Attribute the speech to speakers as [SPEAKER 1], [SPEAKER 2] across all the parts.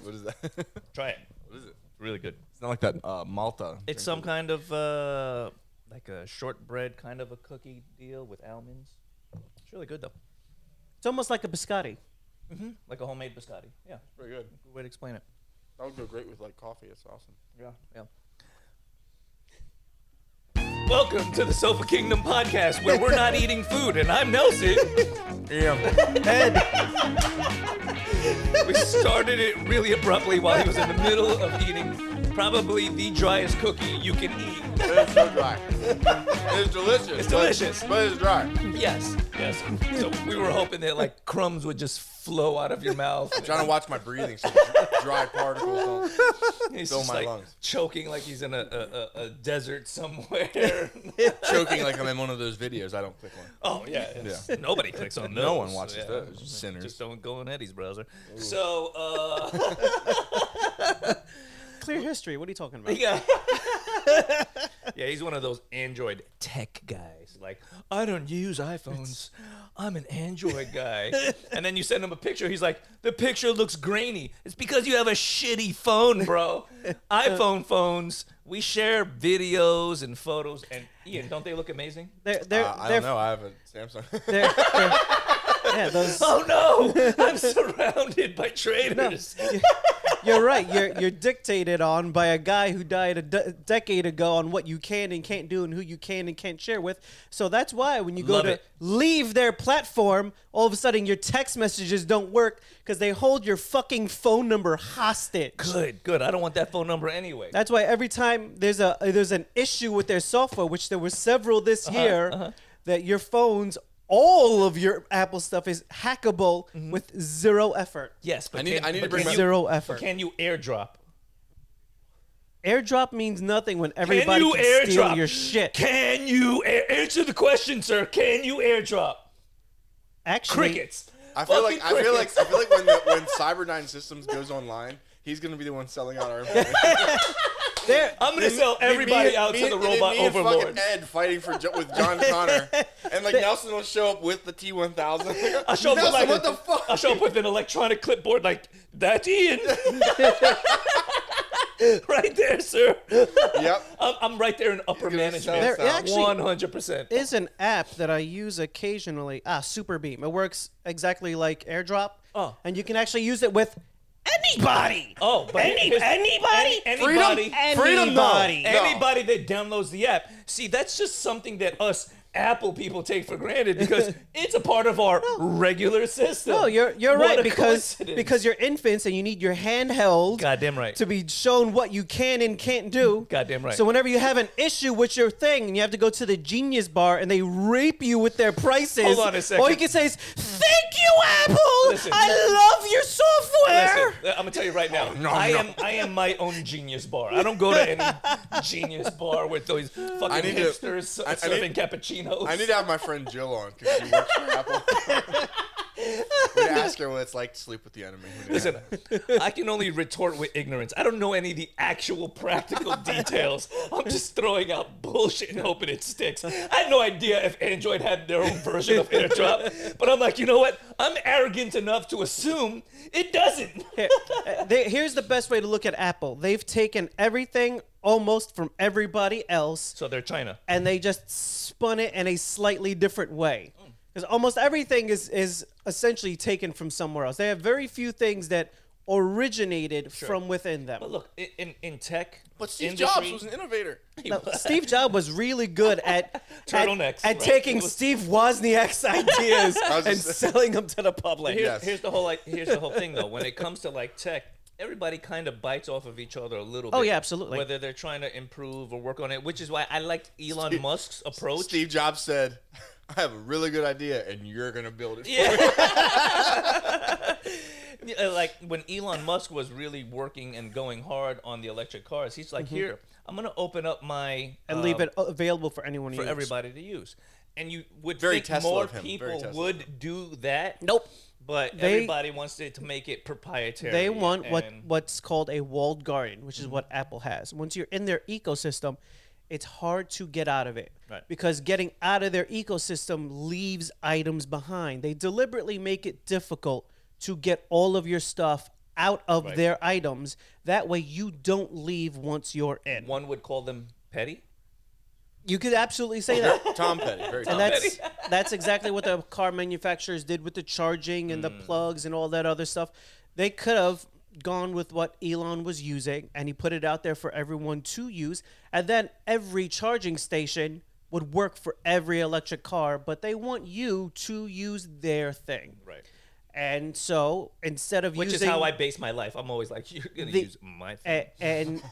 [SPEAKER 1] What is that?
[SPEAKER 2] Try it.
[SPEAKER 1] what is it?
[SPEAKER 2] Really good.
[SPEAKER 1] It's not like that uh, Malta.
[SPEAKER 2] It's some kind of uh, like a shortbread kind of a cookie deal with almonds. It's really good though.
[SPEAKER 3] It's almost like a biscotti.
[SPEAKER 2] Mm-hmm. Like a homemade biscotti. Yeah.
[SPEAKER 4] Very good.
[SPEAKER 2] Good way to explain it.
[SPEAKER 4] That would go great with like coffee. It's awesome.
[SPEAKER 2] Yeah. Yeah. Welcome to the Sofa Kingdom podcast, where we're not eating food, and I'm Nelson. We started it really abruptly while he was in the middle of eating probably the driest cookie you can eat.
[SPEAKER 4] It's so dry. it's delicious.
[SPEAKER 2] It's
[SPEAKER 4] but-
[SPEAKER 2] delicious.
[SPEAKER 4] But, it's dry.
[SPEAKER 2] Yes, yes. So we were hoping that like crumbs would just flow out of your mouth.
[SPEAKER 4] Trying to watch my breathing. So the dry particles. Don't.
[SPEAKER 2] He's
[SPEAKER 4] fill
[SPEAKER 2] just,
[SPEAKER 4] my
[SPEAKER 2] like,
[SPEAKER 4] lungs.
[SPEAKER 2] choking like he's in a, a, a, a desert somewhere.
[SPEAKER 4] Choking like I'm in one of those videos. I don't click Oh, one.
[SPEAKER 2] oh yeah, it's- Nobody clicks on those.
[SPEAKER 1] No one watches
[SPEAKER 2] Yeah.
[SPEAKER 1] those. Sinners.
[SPEAKER 2] Just don't go in Eddie's browser. So uh,
[SPEAKER 3] Clear history. What are you talking about?
[SPEAKER 2] yeah. yeah, he's one of those Android tech guys. Like, I don't use iPhones. I'm an Android guy. and then you send him a picture. He's like, the picture looks grainy. It's because you have a shitty phone, bro. iPhone phones, we share videos and photos. And Ian, don't they look amazing?
[SPEAKER 3] They're, they're,
[SPEAKER 4] Uh, I
[SPEAKER 3] they're,
[SPEAKER 4] don't know. I have a Samsung.
[SPEAKER 3] They're, they're, yeah, those.
[SPEAKER 2] Oh no! I'm surrounded by traitors.
[SPEAKER 3] You're right. You're you're dictated on by a guy who died a de- decade ago on what you can and can't do and who you can and can't share with. So that's why when you go
[SPEAKER 2] Love
[SPEAKER 3] to
[SPEAKER 2] it.
[SPEAKER 3] leave their platform, all of a sudden your text messages don't work because they hold your fucking phone number hostage.
[SPEAKER 2] Good, good. I don't want that phone number anyway.
[SPEAKER 3] That's why every time there's a there's an issue with their software, which there were several this year, that your phones, all of your Apple stuff is hackable with zero effort.
[SPEAKER 2] yes, but
[SPEAKER 4] I need-
[SPEAKER 2] can-
[SPEAKER 4] I need to
[SPEAKER 2] but
[SPEAKER 4] bring
[SPEAKER 2] can
[SPEAKER 4] my-
[SPEAKER 2] you-
[SPEAKER 3] Zero
[SPEAKER 2] but
[SPEAKER 3] effort.
[SPEAKER 2] Can you airdrop?
[SPEAKER 3] AirDrop means nothing when everybody
[SPEAKER 2] you
[SPEAKER 3] can, steal
[SPEAKER 2] airdrop?
[SPEAKER 3] your shit.
[SPEAKER 2] Can you air- answer the question, sir? Can you airdrop
[SPEAKER 3] Actually,
[SPEAKER 2] crickets?
[SPEAKER 4] I feel
[SPEAKER 2] Fucking
[SPEAKER 4] like I feel like
[SPEAKER 2] crickets.
[SPEAKER 4] I feel like when the, when Cyberdyne Systems goes online, he's gonna be the one selling out our information.
[SPEAKER 3] There,
[SPEAKER 2] I'm gonna sell everybody
[SPEAKER 4] Me-
[SPEAKER 2] out
[SPEAKER 4] me-
[SPEAKER 2] to the
[SPEAKER 4] me-
[SPEAKER 2] robot
[SPEAKER 4] me and
[SPEAKER 2] overlord.
[SPEAKER 4] Fucking Ed fighting for Jo- with John Connor, and like Nelson will show up with the T1000.
[SPEAKER 2] I show up with
[SPEAKER 4] Nelson,
[SPEAKER 2] like
[SPEAKER 4] what
[SPEAKER 2] a-
[SPEAKER 4] the fuck?
[SPEAKER 2] I show up with an electronic clipboard like that's Ian. right there, sir.
[SPEAKER 4] Yep.
[SPEAKER 2] I'm, I'm right there in upper
[SPEAKER 4] gonna sell
[SPEAKER 2] management.
[SPEAKER 3] there
[SPEAKER 4] There sound.
[SPEAKER 3] actually
[SPEAKER 2] One hundred percent.
[SPEAKER 3] is an app that I use occasionally. Ah, Superbeam. It works exactly like AirDrop.
[SPEAKER 2] Oh.
[SPEAKER 3] And you can actually use it with anybody.
[SPEAKER 2] Oh, but
[SPEAKER 3] Any-
[SPEAKER 2] here's-
[SPEAKER 3] anybody?
[SPEAKER 2] any-
[SPEAKER 4] Freedom?
[SPEAKER 2] anybody,
[SPEAKER 4] Freedom, no.
[SPEAKER 3] Anybody.
[SPEAKER 4] No.
[SPEAKER 2] anybody that downloads the app. See, that's just something that us Apple people take for granted because it's a part of our regular system.
[SPEAKER 3] No, you're you're
[SPEAKER 2] What a
[SPEAKER 3] right because
[SPEAKER 2] coincidence.
[SPEAKER 3] because you're infants and you need your handheld.
[SPEAKER 2] Goddamn right.
[SPEAKER 3] To be shown what you can and can't do.
[SPEAKER 2] Goddamn right.
[SPEAKER 3] So whenever you have an issue with your thing and you have to go to the Genius Bar and they rape you with their prices,
[SPEAKER 2] Hold on a second.
[SPEAKER 3] All you can say is, "Thank you, Apple.
[SPEAKER 2] Listen.
[SPEAKER 3] I love your software."
[SPEAKER 2] Listen, uh, I'm gonna tell you right now.
[SPEAKER 4] Oh, no,
[SPEAKER 2] I
[SPEAKER 4] no.
[SPEAKER 2] am I am my own genius bar. I don't go to any genius bar with those
[SPEAKER 4] I
[SPEAKER 2] fucking
[SPEAKER 4] need to-
[SPEAKER 2] hipsters
[SPEAKER 4] I- I need-
[SPEAKER 2] serving cappuccinos.
[SPEAKER 4] I need to have my friend Jill on because she works for Apple. we need to ask her what it's like to sleep with the enemy.
[SPEAKER 2] Listen, I can only retort with ignorance. I don't know any of the actual practical details. I'm just throwing out bullshit and hoping it sticks. I had no idea if Android had their own version of AirDrop, but I'm like, you know what? I'm arrogant enough to assume it doesn't.
[SPEAKER 3] Here- uh, they- here's the best way to look at Apple. They've taken everything almost from everybody else.
[SPEAKER 2] So they're China.
[SPEAKER 3] and they just spun it in a slightly different way. Because almost everything is is essentially taken from somewhere else. They have very few things that originated from within them.
[SPEAKER 2] But look, i- in in tech,
[SPEAKER 4] but Steve Jobs was an innovator.
[SPEAKER 3] Now, Steve Jobs was really good at at-
[SPEAKER 2] Turtlenecks,
[SPEAKER 3] at,
[SPEAKER 2] right?
[SPEAKER 3] taking
[SPEAKER 2] It was-
[SPEAKER 3] Steve Wozniak's ideas
[SPEAKER 4] was
[SPEAKER 3] and
[SPEAKER 4] just-
[SPEAKER 3] selling them to the public.
[SPEAKER 2] Here's,
[SPEAKER 4] Yes.
[SPEAKER 2] here's the whole like here's the whole thing though. When it comes to like tech, everybody kind of bites off of each other a little
[SPEAKER 4] Oh,
[SPEAKER 2] bit.
[SPEAKER 3] yeah, absolutely.
[SPEAKER 2] Whether they're trying to improve or work on it, which is why I liked Elon Musk's approach.
[SPEAKER 4] Steve Jobs said, "I have a really good idea, and you're gonna build it." for me."
[SPEAKER 2] Yeah. Yeah, uh, like when Elon Musk was really working and going hard on the electric cars, he's
[SPEAKER 3] Mm-hmm.
[SPEAKER 2] like, "Here, I'm gonna open up my
[SPEAKER 3] and
[SPEAKER 2] uh,
[SPEAKER 3] leave it available for anyone to
[SPEAKER 2] for
[SPEAKER 3] use.
[SPEAKER 2] everybody to use." And you would
[SPEAKER 4] Very
[SPEAKER 2] think
[SPEAKER 4] Tesla
[SPEAKER 2] more
[SPEAKER 4] of him, very
[SPEAKER 2] people
[SPEAKER 4] Tesla.
[SPEAKER 2] would do that.
[SPEAKER 3] Nope.
[SPEAKER 2] But
[SPEAKER 3] They-
[SPEAKER 2] everybody wants it to make it proprietary.
[SPEAKER 3] They want what
[SPEAKER 2] and- Mm-hmm.
[SPEAKER 3] what's called a walled garden, which is what Apple has. Once you're in their ecosystem, it's hard to get out of it
[SPEAKER 2] Right.
[SPEAKER 3] because getting out of their ecosystem leaves items behind. They deliberately make it difficult to get all of your stuff out of
[SPEAKER 2] Right.
[SPEAKER 3] their items. That way, you don't leave once you're in.
[SPEAKER 2] One would call them petty.
[SPEAKER 3] You could absolutely
[SPEAKER 2] Oh,
[SPEAKER 3] say that.
[SPEAKER 4] Tom Petty, very Tom
[SPEAKER 3] And
[SPEAKER 4] Petty.
[SPEAKER 3] that's that's exactly what the car manufacturers did with the charging and the
[SPEAKER 2] Mm.
[SPEAKER 3] plugs and all that other stuff. They could have gone with what Elon was using and he put it out there for everyone to use and then every charging station would work for every electric car, but they want you to use their thing.
[SPEAKER 2] Right.
[SPEAKER 3] And so instead of
[SPEAKER 2] Which
[SPEAKER 3] using
[SPEAKER 2] is how I base my life. I'm always like, you're gonna
[SPEAKER 3] The- Eh.
[SPEAKER 2] use my thing.
[SPEAKER 3] a- and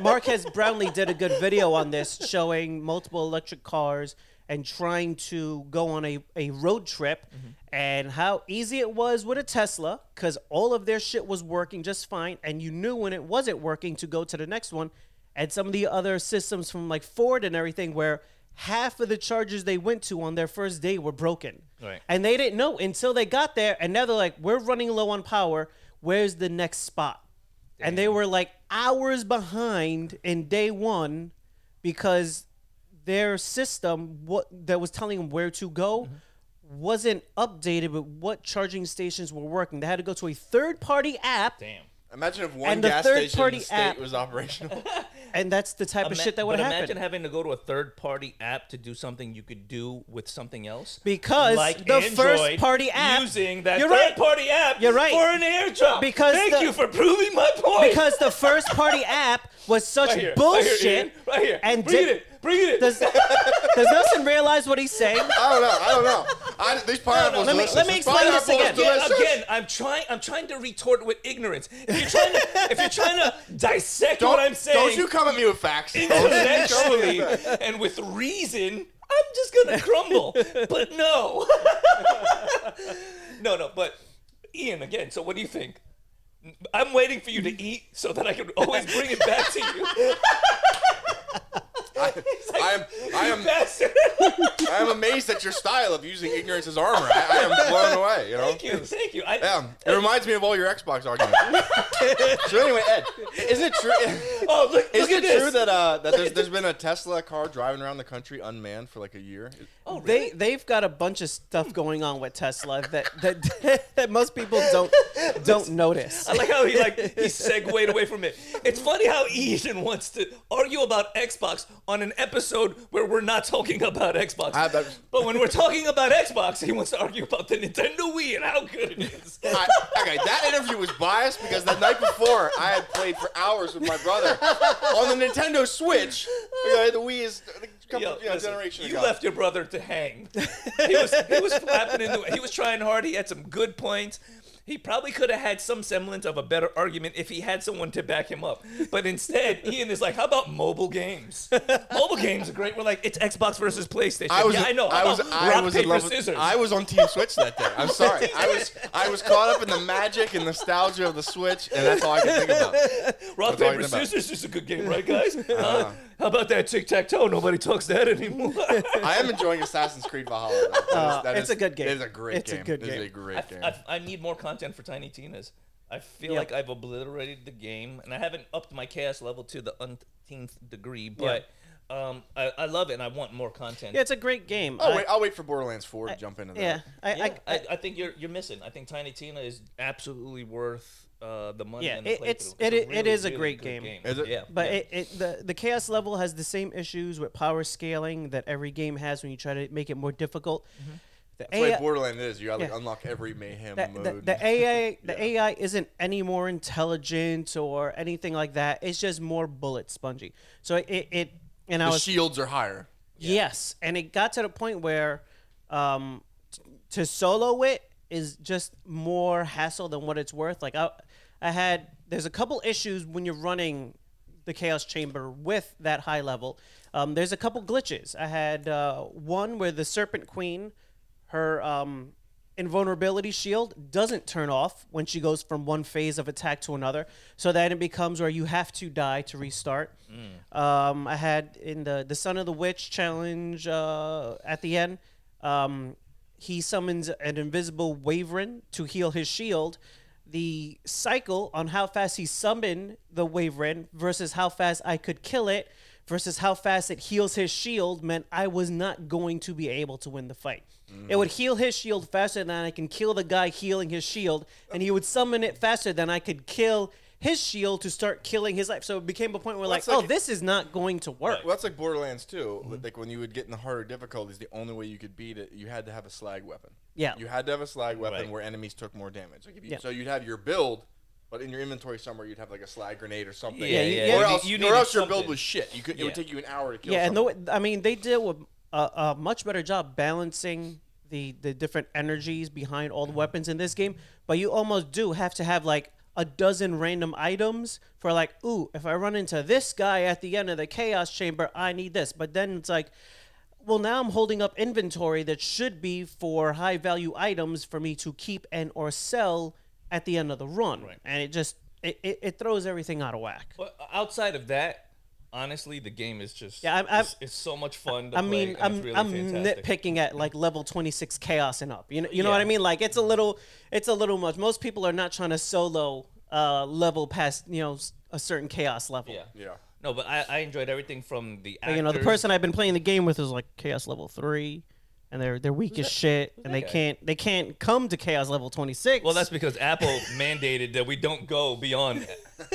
[SPEAKER 3] Marquez Brownlee did a good video on this showing multiple electric cars and trying to go on a, a road trip and how easy it was with a Tesla because all of their shit was working just fine. And you knew when it wasn't working to go to the next one. And some of the other systems from like Ford and everything where half of the chargers they went to on their first day were broken.
[SPEAKER 2] Right.
[SPEAKER 3] And they didn't know until they got there. And now they're like, we're running low on power. Where's the next spot? And they were like hours behind in day one because their system what that was telling them where to go
[SPEAKER 2] Mm-hmm.
[SPEAKER 3] wasn't updated with what charging stations were working. They had to go to a third party app
[SPEAKER 2] Damn.
[SPEAKER 4] Imagine if one
[SPEAKER 3] And the
[SPEAKER 4] gas
[SPEAKER 3] third
[SPEAKER 4] station
[SPEAKER 3] party
[SPEAKER 4] in the state
[SPEAKER 3] app-
[SPEAKER 4] was operational.
[SPEAKER 3] and that's the type of
[SPEAKER 2] Ima-
[SPEAKER 3] shit that would
[SPEAKER 2] but
[SPEAKER 3] happen.
[SPEAKER 2] Imagine having to go to a third party app to do something you could do with something else.
[SPEAKER 3] Because
[SPEAKER 2] like
[SPEAKER 3] the
[SPEAKER 2] Android,
[SPEAKER 3] first party app
[SPEAKER 2] using that
[SPEAKER 3] You're
[SPEAKER 2] third
[SPEAKER 3] right.
[SPEAKER 2] party app
[SPEAKER 3] You're right.
[SPEAKER 2] for an airdrop.
[SPEAKER 3] Because
[SPEAKER 2] Thank
[SPEAKER 3] the-
[SPEAKER 2] you for proving my point.
[SPEAKER 3] because the first party app was such
[SPEAKER 2] right here,
[SPEAKER 3] bullshit.
[SPEAKER 2] Right here, Ian, right here.
[SPEAKER 3] And
[SPEAKER 2] bring
[SPEAKER 3] did-
[SPEAKER 2] it, in, bring it. in.
[SPEAKER 3] Does does Nelson realize what he's saying?
[SPEAKER 4] I don't know. I don't know. I, these pineapples
[SPEAKER 3] let me-
[SPEAKER 4] delicious.
[SPEAKER 3] let me
[SPEAKER 4] These
[SPEAKER 3] explain this
[SPEAKER 4] pineapples
[SPEAKER 3] again.
[SPEAKER 2] Yeah,
[SPEAKER 4] delicious.
[SPEAKER 2] again, I'm trying. I'm trying to retort with ignorance. If you're trying to, if you're trying to dissect
[SPEAKER 4] Don't,
[SPEAKER 2] what I'm saying,
[SPEAKER 4] don't you come at me with facts.
[SPEAKER 2] intellectually and with reason, I'm just gonna crumble. But no, no, no. But Ian, again. So what do you think? I'm waiting for you to eat so that I can always bring it back to you.
[SPEAKER 4] I am, I am,
[SPEAKER 2] Bastard.
[SPEAKER 4] I am amazed at your style of using ignorance as armor. I, I am blown away. You know.
[SPEAKER 2] Thank you, thank you. I,
[SPEAKER 4] Yeah, it reminds me of all your Xbox arguments. so anyway, Ed, isn't it true?
[SPEAKER 2] Oh, look,
[SPEAKER 4] Is
[SPEAKER 2] look at
[SPEAKER 4] it
[SPEAKER 2] this.
[SPEAKER 4] true that uh, that there's, there's been a Tesla car driving around the country unmanned for like a year?
[SPEAKER 2] oh,
[SPEAKER 3] They they've got a bunch of stuff going on with Tesla that that, that most people don't don't notice.
[SPEAKER 2] I like how he like he segued away from it. It's funny how Ian wants to argue about Xbox on an episode where we're not talking about Xbox.
[SPEAKER 4] I- that-
[SPEAKER 2] but when we're talking about Xbox, he wants to argue about the Nintendo Wii and how good it is.
[SPEAKER 4] I, okay, that interview was biased because the night before I had played for hours with my brother on the Nintendo Switch. You know, the Wii is a couple
[SPEAKER 2] Yo,
[SPEAKER 4] you know,
[SPEAKER 2] listen,
[SPEAKER 4] generation
[SPEAKER 2] you
[SPEAKER 4] ago.
[SPEAKER 2] left your brother to hang. He was he was flapping in the he was trying hard. He had some good points. He probably could have had some semblance of a better argument if he had someone to back him up. But instead, Ian is like, "How about mobile games? Mobile games are great. We're like, it's Xbox versus PlayStation.
[SPEAKER 4] I was,
[SPEAKER 2] yeah, I know. How
[SPEAKER 4] I was,
[SPEAKER 2] about
[SPEAKER 4] I
[SPEAKER 2] rock
[SPEAKER 4] was in
[SPEAKER 2] paper
[SPEAKER 4] love with-
[SPEAKER 2] scissors.
[SPEAKER 4] I was on Team Switch that day. I'm sorry. I was, I was caught up in the magic and nostalgia of the Switch, and that's all I could think about.
[SPEAKER 2] rock
[SPEAKER 4] all
[SPEAKER 2] paper
[SPEAKER 4] you're about.
[SPEAKER 2] scissors is a good game, right, guys?
[SPEAKER 4] Uh-huh.
[SPEAKER 2] Huh? How about that tic tac toe? Nobody talks that anymore.
[SPEAKER 4] I am enjoying Assassin's Creed Valhalla. though. That is-
[SPEAKER 3] Uh,
[SPEAKER 4] that
[SPEAKER 3] it's
[SPEAKER 4] is-
[SPEAKER 3] a good game.
[SPEAKER 4] It is a great
[SPEAKER 3] It's a
[SPEAKER 4] game.
[SPEAKER 3] good
[SPEAKER 4] It is
[SPEAKER 3] game.
[SPEAKER 4] a great
[SPEAKER 2] I,
[SPEAKER 4] game.
[SPEAKER 2] I, I need more content for Tiny Tina's. I feel
[SPEAKER 3] Yeah.
[SPEAKER 2] like I've obliterated the game, and I haven't upped my chaos level to the unteenth degree. But um, I, I love it, and I want more content.
[SPEAKER 3] Yeah, it's a great game.
[SPEAKER 4] I'll,
[SPEAKER 3] I-
[SPEAKER 4] wait, I'll wait for Borderlands 4 to jump into that.
[SPEAKER 3] yeah, Oh, I,
[SPEAKER 2] Yeah,
[SPEAKER 3] I,
[SPEAKER 2] I, I, think you're you're missing. I think Tiny Tina is absolutely worth uh, the money.
[SPEAKER 3] Yeah,
[SPEAKER 2] and the
[SPEAKER 3] it- it's-
[SPEAKER 2] playthrough.
[SPEAKER 3] it-
[SPEAKER 2] a
[SPEAKER 3] it is a great
[SPEAKER 2] good
[SPEAKER 3] game.
[SPEAKER 4] Is it?
[SPEAKER 2] Yeah,
[SPEAKER 3] But
[SPEAKER 2] yeah.
[SPEAKER 3] it, it, the the chaos level has the same issues with power scaling that every game has when you try to make it more difficult. The
[SPEAKER 4] That's the way
[SPEAKER 3] AI
[SPEAKER 4] Borderlands is. You gotta like,
[SPEAKER 3] Yeah.
[SPEAKER 4] unlock every mayhem
[SPEAKER 3] the, the-
[SPEAKER 4] mode.
[SPEAKER 3] the AI the AI isn't any more intelligent or anything like that. It's just more bullet spongy. So it it, it and I
[SPEAKER 4] the
[SPEAKER 3] was
[SPEAKER 4] shields are higher.
[SPEAKER 3] Yes, and it got to the point where um, t- to solo it is just more hassle than what it's worth. Like I, I had there's a couple issues when you're running the chaos chamber with that high level. Um, there's a couple glitches. I had uh, one where the serpent queen, her um, invulnerability shield doesn't turn off when she goes from one phase of attack to another. So then it becomes where you have to die to restart. Um, I had in the the Son of the Witch challenge uh, at the end. Um, he summons an invisible Waverin to heal his shield. The cycle on how fast he summoned the Waverin versus how fast I could kill it versus how fast it heals his shield meant I was not going to be able to win the fight. It would heal his shield faster than I can kill the guy healing his shield, and he would summon it faster than I could kill his shield to start killing his life. So it became a point where like,
[SPEAKER 4] it's like-
[SPEAKER 3] oh, this is not going to work.
[SPEAKER 4] Well, that's like Borderlands 2.
[SPEAKER 2] Mm-hmm.
[SPEAKER 4] Like when you would get in the harder difficulties, the only way you could beat it, you had to have a slag weapon.
[SPEAKER 3] Yeah.
[SPEAKER 4] You had to have a slag weapon
[SPEAKER 2] Right.
[SPEAKER 4] where enemies took more damage. Like if you,
[SPEAKER 3] Yeah.
[SPEAKER 4] So you'd have your build, but in your inventory somewhere you'd have like a slag grenade or something.
[SPEAKER 2] Yeah,
[SPEAKER 3] yeah,
[SPEAKER 4] Or
[SPEAKER 3] yeah.
[SPEAKER 4] else,
[SPEAKER 2] You
[SPEAKER 4] or
[SPEAKER 2] needed
[SPEAKER 4] else your build
[SPEAKER 2] something.
[SPEAKER 4] was shit. You could. It would
[SPEAKER 2] Yeah.
[SPEAKER 4] take you an hour to kill.
[SPEAKER 3] yeah, and the,
[SPEAKER 4] someone.
[SPEAKER 3] way- I mean they did with a, a much better job balancing the the different energies behind all the weapons in this game. But you almost do have to have like a dozen random items for like, ooh, if I run into this guy at the end of the chaos chamber, I need this. But then it's like. Well, now I'm holding up inventory that should be for high value items for me to keep and or sell at the end of the run, and it just it, it, it throws everything out of whack.
[SPEAKER 2] But uh, outside of that, honestly, the game is just
[SPEAKER 3] Yeah, I'm- I'm-
[SPEAKER 2] it's, it's so much fun. To
[SPEAKER 3] I
[SPEAKER 2] play,
[SPEAKER 3] mean,
[SPEAKER 2] and
[SPEAKER 3] I'm
[SPEAKER 2] it's really
[SPEAKER 3] I'm
[SPEAKER 2] fantastic.
[SPEAKER 3] nitpicking at like level 26 chaos and up. You know, you know what I
[SPEAKER 2] Yeah.
[SPEAKER 3] mean? Like it's a little it's a little much. Most people are not trying to solo uh level past, you know, s- a certain chaos level.
[SPEAKER 2] Yeah.
[SPEAKER 4] Yeah.
[SPEAKER 2] No, but I, I enjoyed everything from the actors.
[SPEAKER 3] You know, the person I've been playing the game with is like chaos level 3 and they're they're weak as shit and they
[SPEAKER 2] guy?
[SPEAKER 3] can't they can't come to chaos level 26.
[SPEAKER 2] Well, that's because Apple mandated that we don't go beyond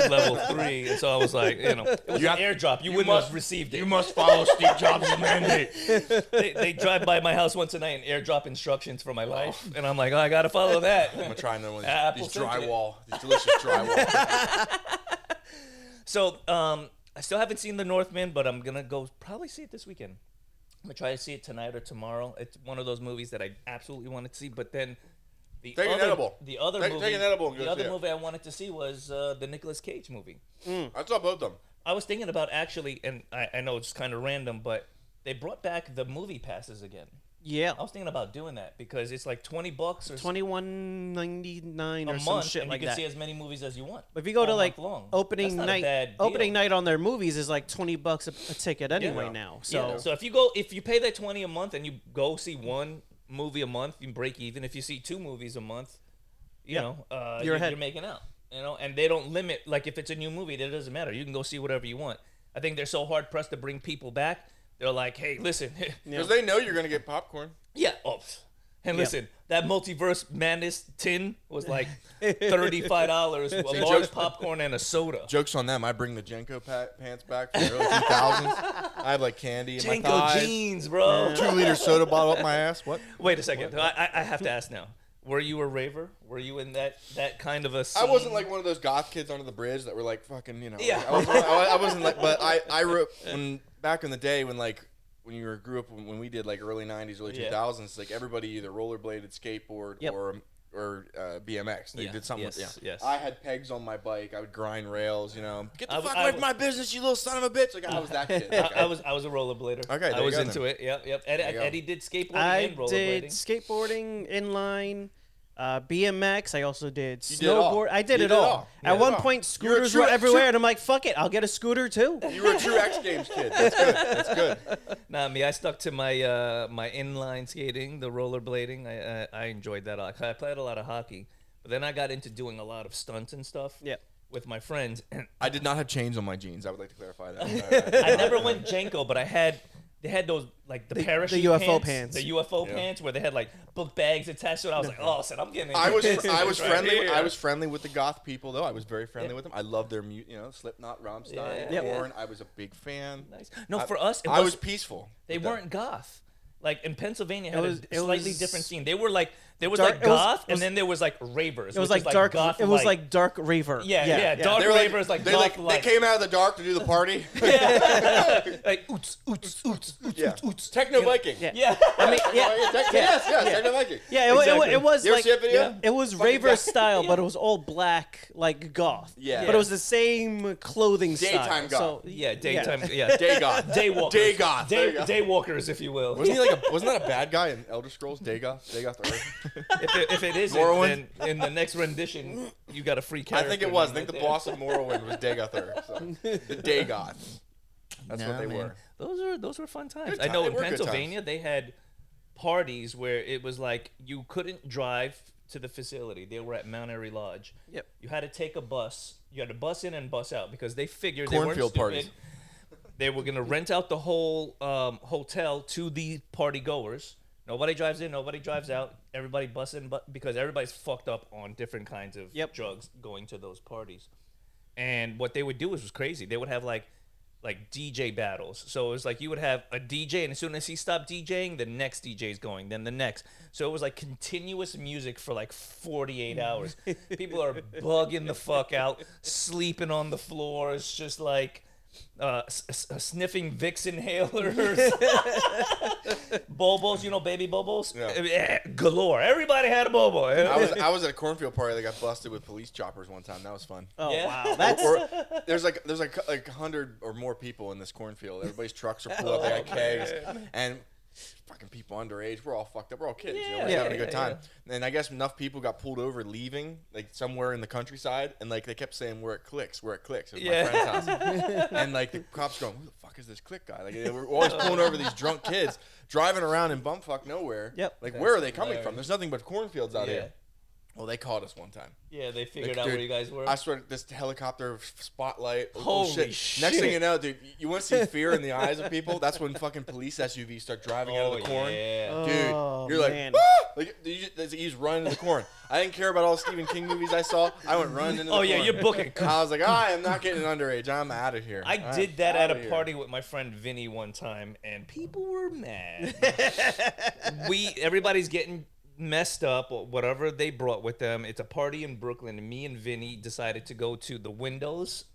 [SPEAKER 2] level three, and so I was like, you know, it was
[SPEAKER 1] You
[SPEAKER 2] an
[SPEAKER 1] have-
[SPEAKER 2] airdrop. You, wouldn't have received it.
[SPEAKER 1] You must follow Steve Jobs' mandate.
[SPEAKER 2] they, they drive by my house once a night and airdrop instructions for my life, and I'm like, oh, I gotta follow
[SPEAKER 4] I'm gonna
[SPEAKER 2] that.
[SPEAKER 4] try another one. Of
[SPEAKER 2] Apple
[SPEAKER 4] these, these
[SPEAKER 2] sent it.
[SPEAKER 4] drywall, these delicious drywall.
[SPEAKER 2] So, um, I still haven't seen The Northman, but I'm gonna go probably see it this weekend. I'm gonna try to see it tonight or tomorrow. It's one of those movies that I absolutely wanted to see, but then the
[SPEAKER 4] Take an
[SPEAKER 2] other
[SPEAKER 4] edible.
[SPEAKER 2] the other
[SPEAKER 4] Take- take
[SPEAKER 2] movie,
[SPEAKER 4] an edible and go
[SPEAKER 2] the
[SPEAKER 4] see
[SPEAKER 2] other
[SPEAKER 4] it.
[SPEAKER 2] movie I wanted to see was uh, the Nicolas Cage movie.
[SPEAKER 4] I saw both of them.
[SPEAKER 2] I was thinking about actually, and I, I know it's kind of random, but they brought back the movie passes again.
[SPEAKER 3] yeah.
[SPEAKER 2] I was thinking about doing that because it's like twenty bucks or
[SPEAKER 3] 2199 or
[SPEAKER 2] a
[SPEAKER 3] some
[SPEAKER 2] month,
[SPEAKER 3] shit
[SPEAKER 2] and
[SPEAKER 3] like
[SPEAKER 2] you can
[SPEAKER 3] that.
[SPEAKER 2] see as many movies as you want.
[SPEAKER 3] But if you go
[SPEAKER 2] all
[SPEAKER 3] to
[SPEAKER 2] month
[SPEAKER 3] like
[SPEAKER 2] long. That's
[SPEAKER 3] opening
[SPEAKER 2] not a
[SPEAKER 3] night,
[SPEAKER 2] bad deal.
[SPEAKER 3] opening night on their movies is like twenty bucks a, a ticket anyway now. So
[SPEAKER 2] Yeah. so if you go, if you pay that twenty a month and you go see one movie a month, you break even. If you see two movies a month, you
[SPEAKER 3] Yeah.
[SPEAKER 2] know, uh,
[SPEAKER 3] You're
[SPEAKER 2] you're,
[SPEAKER 3] ahead.
[SPEAKER 2] you're making out. You know, and they don't limit. Like if it's a new movie, that doesn't matter. You can go see whatever you want. I think they're so hard pressed to bring people back. They're like, hey, listen,
[SPEAKER 4] Because they know you're gonna get popcorn.
[SPEAKER 2] Yeah. Oh. pfft. And listen, that multiverse madness tin was like thirty-five dollars, a large popcorn and a soda.
[SPEAKER 4] Jokes on them. I bring the Jenko pa- pants back from the early 2000s. I have like candy in my
[SPEAKER 2] Janko
[SPEAKER 4] thighs.
[SPEAKER 2] jeans, bro.
[SPEAKER 4] Two liter soda bottle up my ass. What?
[SPEAKER 2] Wait a second. I, I- I have to ask now. Were you a raver? Were you in that that kind of a?
[SPEAKER 4] I wasn't
[SPEAKER 2] scene?
[SPEAKER 4] like one of those goth kids under the bridge that were like fucking, you know.
[SPEAKER 2] Yeah.
[SPEAKER 4] I, wasn't, I, wa- I wasn't like, but I, I wrote when back in the day when like when you were grew up when, when we did like early '90s, early
[SPEAKER 2] Yeah.
[SPEAKER 4] 2000s, like everybody either rollerbladed, skateboard,
[SPEAKER 3] Yep.
[SPEAKER 4] or or uh, BMX. They
[SPEAKER 2] Yeah.
[SPEAKER 4] did something.
[SPEAKER 2] Yes.
[SPEAKER 4] with, yeah.
[SPEAKER 2] Yes.
[SPEAKER 4] I had pegs on my bike. I would grind rails. You know, get the
[SPEAKER 2] I w-
[SPEAKER 4] fuck
[SPEAKER 2] I
[SPEAKER 4] away
[SPEAKER 2] w-
[SPEAKER 4] from my business, you little son of a bitch. Like I was that kid. Like,
[SPEAKER 2] I, I was I was a rollerblader.
[SPEAKER 4] Okay, there
[SPEAKER 2] I
[SPEAKER 4] you
[SPEAKER 2] was
[SPEAKER 4] go
[SPEAKER 2] into
[SPEAKER 4] then.
[SPEAKER 2] it. Yep, yep. Ed,
[SPEAKER 4] you go.
[SPEAKER 2] Eddie did skateboarding
[SPEAKER 3] I
[SPEAKER 2] and rollerblading.
[SPEAKER 3] did skateboarding, inline, uh, BMX. I also did
[SPEAKER 4] did it all.
[SPEAKER 3] snowboard. I did
[SPEAKER 4] You
[SPEAKER 3] it
[SPEAKER 4] did it all.
[SPEAKER 3] all.
[SPEAKER 4] You did
[SPEAKER 3] At
[SPEAKER 4] it
[SPEAKER 3] one
[SPEAKER 4] all.
[SPEAKER 3] point,
[SPEAKER 4] You're a
[SPEAKER 3] scooters
[SPEAKER 4] true-
[SPEAKER 3] were everywhere,
[SPEAKER 4] true-
[SPEAKER 3] and I'm like, "Fuck it, I'll get a scooter too."
[SPEAKER 4] You were a true X Games kid. That's good. That's good.
[SPEAKER 2] Nah, me. I stuck to my uh, my inline skating, the rollerblading. I, I I enjoyed that a lot. 'Cause I played a lot of hockey, but then I got into doing a lot of stunts and stuff.
[SPEAKER 3] Yeah.
[SPEAKER 2] With my friends, and
[SPEAKER 4] I did not have chains on my jeans. I would like to clarify that.
[SPEAKER 2] I never went Jenko, but I had they had those like the, parachute
[SPEAKER 3] UFO pants.
[SPEAKER 2] the UFO pants where they had like book bags attached to it. I was like, oh, I said I'm getting.
[SPEAKER 4] I was
[SPEAKER 2] into
[SPEAKER 4] I
[SPEAKER 2] this
[SPEAKER 4] was
[SPEAKER 2] right
[SPEAKER 4] friendly
[SPEAKER 2] here."
[SPEAKER 4] I was friendly with the goth people though. I was very friendly
[SPEAKER 2] Yeah.
[SPEAKER 4] with them. I love their mu you know Slipknot, Rammstein,
[SPEAKER 2] Yeah.
[SPEAKER 4] Korn. I was a big fan.
[SPEAKER 2] Nice. No, for us, it
[SPEAKER 4] I
[SPEAKER 2] was-
[SPEAKER 4] was peaceful.
[SPEAKER 2] They
[SPEAKER 4] with them.
[SPEAKER 2] weren't goth. Like in Pennsylvania, had
[SPEAKER 3] was-
[SPEAKER 2] a
[SPEAKER 3] it
[SPEAKER 2] slightly
[SPEAKER 3] was-
[SPEAKER 2] different scene. They were like there was
[SPEAKER 3] Dark-
[SPEAKER 2] like
[SPEAKER 3] it was-
[SPEAKER 2] goth,
[SPEAKER 3] it
[SPEAKER 2] and
[SPEAKER 3] was-
[SPEAKER 2] then there was like ravers.
[SPEAKER 3] It was like dark.
[SPEAKER 2] goth.
[SPEAKER 3] It was
[SPEAKER 2] light.
[SPEAKER 3] like dark raver.
[SPEAKER 2] yeah, yeah, dark
[SPEAKER 4] They were like,
[SPEAKER 2] ravers like
[SPEAKER 4] they,
[SPEAKER 2] goth
[SPEAKER 4] like they
[SPEAKER 2] light.
[SPEAKER 4] came out of the dark to do the party.
[SPEAKER 2] like oots oots oots oots
[SPEAKER 4] yeah.
[SPEAKER 2] oots oots.
[SPEAKER 4] Techno Viking.
[SPEAKER 3] Yeah.
[SPEAKER 2] Yeah.
[SPEAKER 3] I mean,
[SPEAKER 4] Techno
[SPEAKER 3] yeah,
[SPEAKER 4] Viking, Tec- Yes, yes, Techno Viking.
[SPEAKER 3] yeah. It, wa- it wa-
[SPEAKER 2] Exactly.
[SPEAKER 3] it was
[SPEAKER 4] You ever
[SPEAKER 3] like
[SPEAKER 4] see that video?
[SPEAKER 2] yeah.
[SPEAKER 3] it was
[SPEAKER 4] Fucking
[SPEAKER 3] raver
[SPEAKER 4] guy.
[SPEAKER 3] style, but it was all black, like goth.
[SPEAKER 4] Yeah.
[SPEAKER 3] But it was the same clothing
[SPEAKER 4] Daytime
[SPEAKER 3] style.
[SPEAKER 4] goth.
[SPEAKER 3] So
[SPEAKER 2] yeah, daytime. Yeah,
[SPEAKER 4] Day God.
[SPEAKER 2] daywalkers.
[SPEAKER 4] Day God.
[SPEAKER 2] Day,
[SPEAKER 4] There you go.
[SPEAKER 2] daywalkers, if you will.
[SPEAKER 4] Wasn't he like a, wasn't that a bad guy in Elder Scrolls? Dagoth? Dagoth the Earth?
[SPEAKER 2] if, it, if it isn't,
[SPEAKER 4] Morrowind?
[SPEAKER 2] then in the next rendition, you got a free
[SPEAKER 4] I
[SPEAKER 2] character.
[SPEAKER 4] think it was. I
[SPEAKER 2] name
[SPEAKER 4] think the
[SPEAKER 2] right
[SPEAKER 4] boss of Morrowind was Dagoth the Earth. So. The Dagoth. That's
[SPEAKER 2] there.
[SPEAKER 4] what they
[SPEAKER 2] Nah, man.
[SPEAKER 4] were.
[SPEAKER 2] Those are those were fun times. I
[SPEAKER 4] time-
[SPEAKER 2] know
[SPEAKER 4] they
[SPEAKER 2] in
[SPEAKER 4] were good times.
[SPEAKER 2] Pennsylvania they had parties where it was like you couldn't drive to the facility. They were at Mount Airy Lodge.
[SPEAKER 3] Yep.
[SPEAKER 2] You had to take a bus. You had to bus in and bus out because they figured they weren't
[SPEAKER 4] Cornfield
[SPEAKER 2] stupid.
[SPEAKER 4] parties.
[SPEAKER 2] They were gonna rent out the whole um, hotel to the party goers. Nobody drives in, nobody drives out. Everybody bussing, but because everybody's fucked up on different kinds of
[SPEAKER 3] Yep.
[SPEAKER 2] drugs going to those parties. And what they would do was, was crazy. They would have like like DJ battles. So it was like you would have a DJ, and as soon as he stopped DJing, the next DJ's going, then the next. So it was like continuous music for like 48 hours. People are bugging the fuck out, sleeping on the floor. It's just like uh, s- s- sniffing Vicks inhalers, bobos, you know, baby bobos, Eh,
[SPEAKER 4] Yeah.
[SPEAKER 2] galore. Everybody had a bobo.
[SPEAKER 4] I was I was at a cornfield party that got busted with police choppers one time. That was fun.
[SPEAKER 3] Oh
[SPEAKER 2] Yeah.
[SPEAKER 3] wow, that's
[SPEAKER 4] Or, there's like there's like like hundred or more people in this cornfield. Everybody's trucks are pulled up. They got
[SPEAKER 2] Oh,
[SPEAKER 4] kegs and fucking people underage. We're all fucked up. We're all kids. you know, we're
[SPEAKER 2] Yeah,
[SPEAKER 4] just having a
[SPEAKER 2] yeah,
[SPEAKER 4] good
[SPEAKER 2] yeah,
[SPEAKER 4] time. And I guess enough people got pulled over leaving like somewhere in the countryside, and like they kept saying where it clicks, where it clicks. It was
[SPEAKER 2] Yeah.
[SPEAKER 4] my friend's house. and like the cops going, who the fuck is this click guy? Like they were always pulling over these drunk kids driving around in bumfuck nowhere.
[SPEAKER 3] Yep.
[SPEAKER 4] Like where are they coming from? There's nothing but cornfields out
[SPEAKER 2] Yeah.
[SPEAKER 4] here. Well, they called us one time.
[SPEAKER 2] yeah, they
[SPEAKER 4] Like,
[SPEAKER 2] figured out where
[SPEAKER 4] dude,
[SPEAKER 2] you guys were.
[SPEAKER 4] I swear, this helicopter f- spotlight. oh,
[SPEAKER 2] Holy
[SPEAKER 4] shit. Next
[SPEAKER 2] shit.
[SPEAKER 4] thing you know, dude, you want to see fear in the eyes of people? That's when fucking police SUVs start driving out of the corn.
[SPEAKER 2] Oh, yeah.
[SPEAKER 4] Dude,
[SPEAKER 3] Oh,
[SPEAKER 4] you're like,
[SPEAKER 3] man.
[SPEAKER 4] "Ah!" like you just, that's- you just run into the corn. I didn't care about all the Stephen King movies I saw. I went running into the
[SPEAKER 2] Oh, yeah,
[SPEAKER 4] corn.
[SPEAKER 2] you're booking.
[SPEAKER 4] I was like, I am not getting underage. I'm out of here.
[SPEAKER 2] I
[SPEAKER 4] I'm
[SPEAKER 2] did that at
[SPEAKER 4] outta
[SPEAKER 2] a
[SPEAKER 4] here."
[SPEAKER 2] party with my friend Vinny one time, and people were mad. we everybody's getting messed up, or whatever they brought with them. It's a party in Brooklyn, and me and Vinny decided to go to the windows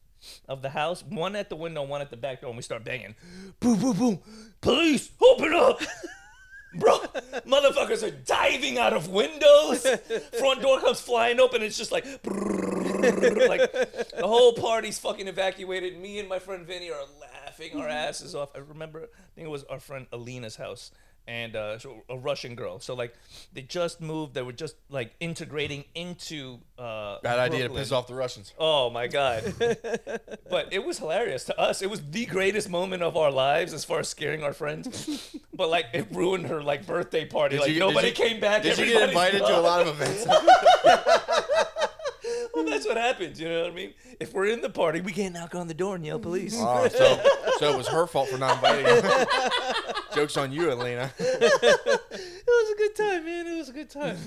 [SPEAKER 2] of the house, one at the window, one at the back door, and we start banging. Boom, boom, boom! Police, open up! Bro, motherfuckers are diving out of windows. Front door comes flying open. It's just like, like the whole party's fucking evacuated. Me and my friend Vinny are laughing our asses off. I remember, I think it was our friend Alina's house and uh, so a Russian girl. So like, they just moved. They were just like integrating into. Uh,
[SPEAKER 4] Bad idea to
[SPEAKER 2] Brooklyn.
[SPEAKER 4] piss off the Russians.
[SPEAKER 2] Oh my god! but it was hilarious to us. It was the greatest moment of our lives as far as scaring our friends. but like, it ruined her like birthday party. like
[SPEAKER 4] you- did
[SPEAKER 2] nobody
[SPEAKER 4] you-
[SPEAKER 2] came back.
[SPEAKER 4] Did you get
[SPEAKER 2] everybody's
[SPEAKER 4] invited to a
[SPEAKER 2] gone.
[SPEAKER 4] lot of events?
[SPEAKER 2] Well, that's what happens. You know what I mean? If we're in the party, we can't knock on the door and yell police.
[SPEAKER 4] Oh, so, so it was her fault for not inviting you. Joke's on you, Elena.
[SPEAKER 2] It was a good time, man. It was a good time.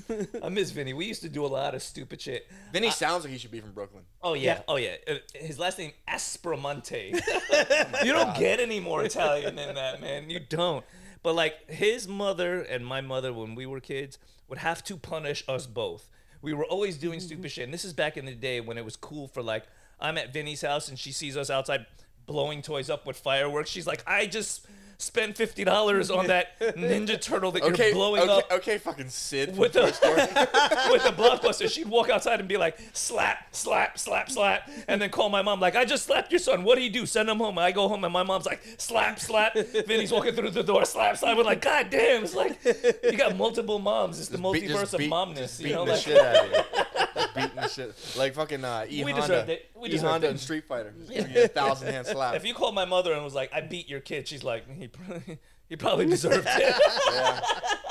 [SPEAKER 2] I miss Vinny. We used to do a lot of stupid shit.
[SPEAKER 4] Then he sounds like he should be from Brooklyn.
[SPEAKER 2] Oh yeah, oh yeah. Uh, His last name Aspromonte. you don't get any more Italian than that, man. You don't. But like his mother and my mother, when we were kids, would have to punish us both. We were always doing
[SPEAKER 4] Mm-hmm.
[SPEAKER 2] stupid shit, and this is back in the day when it was cool for like I'm at Vinny's house and she sees us outside blowing toys up with fireworks. She's like, I just spent fifty dollars on that Ninja Turtle that
[SPEAKER 4] Okay,
[SPEAKER 2] you're blowing
[SPEAKER 4] okay,
[SPEAKER 2] up
[SPEAKER 4] okay, fucking Sid.
[SPEAKER 2] with the with the blockbuster, she'd walk outside and be like, slap, slap, slap, slap, and then call my mom like, I just slapped your son. What do you do? Send him home. I go home and my mom's like, slap, slap. Vinny's walking through the door, slap, slap. We're like, God damn! It's like you got multiple moms. It's the
[SPEAKER 4] Beat- just
[SPEAKER 2] multiverse
[SPEAKER 4] beat-
[SPEAKER 2] of momness.
[SPEAKER 4] just
[SPEAKER 2] You
[SPEAKER 4] beating
[SPEAKER 2] know,
[SPEAKER 4] the
[SPEAKER 2] like
[SPEAKER 4] shit out of you. Just beating the shit. Like fucking uh, E
[SPEAKER 2] We
[SPEAKER 4] Honda.
[SPEAKER 2] deserved it. We
[SPEAKER 4] e
[SPEAKER 2] deserved
[SPEAKER 4] Honda
[SPEAKER 2] it.
[SPEAKER 4] and Street Fighter. Just fucking a thousand hand slap.
[SPEAKER 2] if you called my mother and was like, I beat your kid, she's like, he. probably- He probably deserved it.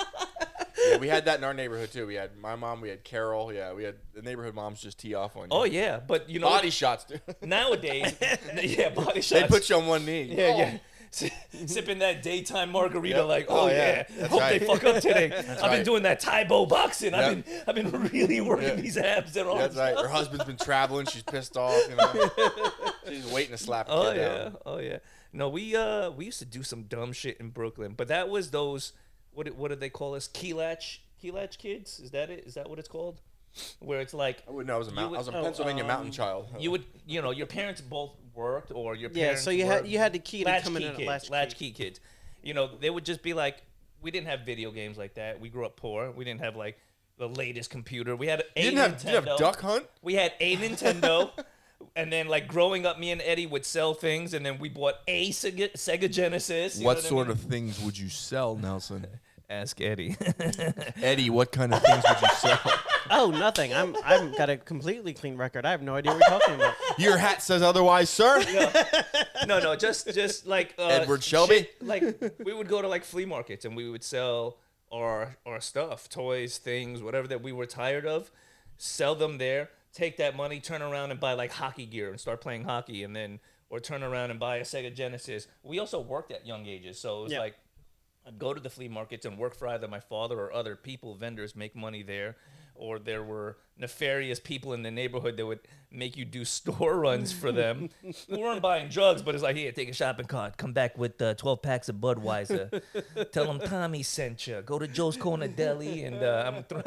[SPEAKER 4] Yeah, we had that in our neighborhood too. We had my mom. We had Carol. Yeah, we had the neighborhood moms just tee off on you.
[SPEAKER 2] oh yeah, but you know,
[SPEAKER 4] body shots, dude.
[SPEAKER 2] nowadays, yeah, body shots.
[SPEAKER 4] they put you on one knee.
[SPEAKER 2] Yeah, yeah. Si- Sipping that daytime margarita,
[SPEAKER 4] Yep.
[SPEAKER 2] like,
[SPEAKER 4] Oh,
[SPEAKER 2] oh,
[SPEAKER 4] yeah.
[SPEAKER 2] yeah,
[SPEAKER 4] That's
[SPEAKER 2] hope
[SPEAKER 4] right.
[SPEAKER 2] they fuck up today. I've
[SPEAKER 4] right.
[SPEAKER 2] been doing that Taibo boxing.
[SPEAKER 4] Yep.
[SPEAKER 2] I've been, I've been really working
[SPEAKER 4] Yeah.
[SPEAKER 2] these abs and all.
[SPEAKER 4] Oh, That's right. Her husband's been traveling. She's pissed off. You know, she's waiting to slap. A
[SPEAKER 2] Oh
[SPEAKER 4] kid
[SPEAKER 2] yeah,
[SPEAKER 4] down.
[SPEAKER 2] oh yeah. No, we uh, we used to do some dumb shit in Brooklyn, but that was those. What do- what do they call us? Key latch, key latch kids. Is that it? Is that what it's called? Where it's like
[SPEAKER 4] I wouldn't know. I was a, mount,
[SPEAKER 2] would-
[SPEAKER 4] I was a
[SPEAKER 2] oh,
[SPEAKER 4] Pennsylvania mountain child.
[SPEAKER 2] you would, you know, your parents both worked, or your
[SPEAKER 3] yeah.
[SPEAKER 2] parents
[SPEAKER 3] So you had
[SPEAKER 2] were-
[SPEAKER 3] you had the key to come
[SPEAKER 2] latchkey
[SPEAKER 3] in at
[SPEAKER 2] kids,
[SPEAKER 3] latchkey.
[SPEAKER 2] latchkey. kids. You know, they would just be like, we didn't have video games like that. We grew up poor. We didn't have like the latest computer. We had a
[SPEAKER 4] You didn't
[SPEAKER 2] Nintendo.
[SPEAKER 4] have, you didn't have Duck Hunt.
[SPEAKER 2] We had a Nintendo. And then, like growing up, me and Eddie would sell things, and then we bought a Sega, Sega Genesis. you know I mean?
[SPEAKER 4] of things would you sell, Nelson?
[SPEAKER 2] Ask Eddie.
[SPEAKER 4] Eddie, what kind of things would you sell?
[SPEAKER 3] Oh, nothing. I'm I've got a completely clean record. I have no idea what you're talking about.
[SPEAKER 4] Your hat says otherwise, sir.
[SPEAKER 2] no, no, just just like uh,
[SPEAKER 4] Edward Shelby?
[SPEAKER 2] shit, like we would go to like flea markets and we would sell our our stuff, toys, things, whatever that we were tired of, sell them there. take that money, turn around and buy like hockey gear and start playing hockey, and then or turn around and buy a Sega Genesis. We also worked at young ages, so it was
[SPEAKER 3] Yeah.
[SPEAKER 2] like I'd go to the flea markets and work for either my father or other people, vendors, make money there. Or there were nefarious people in the neighborhood that would make you do store runs for them. we weren't buying drugs, but it's like, here, take a shopping cart. Come back with uh, 12 packs of Budweiser. Tell them Tommy sent you. Go to Joe's Corner Deli. And uh, I'm thr-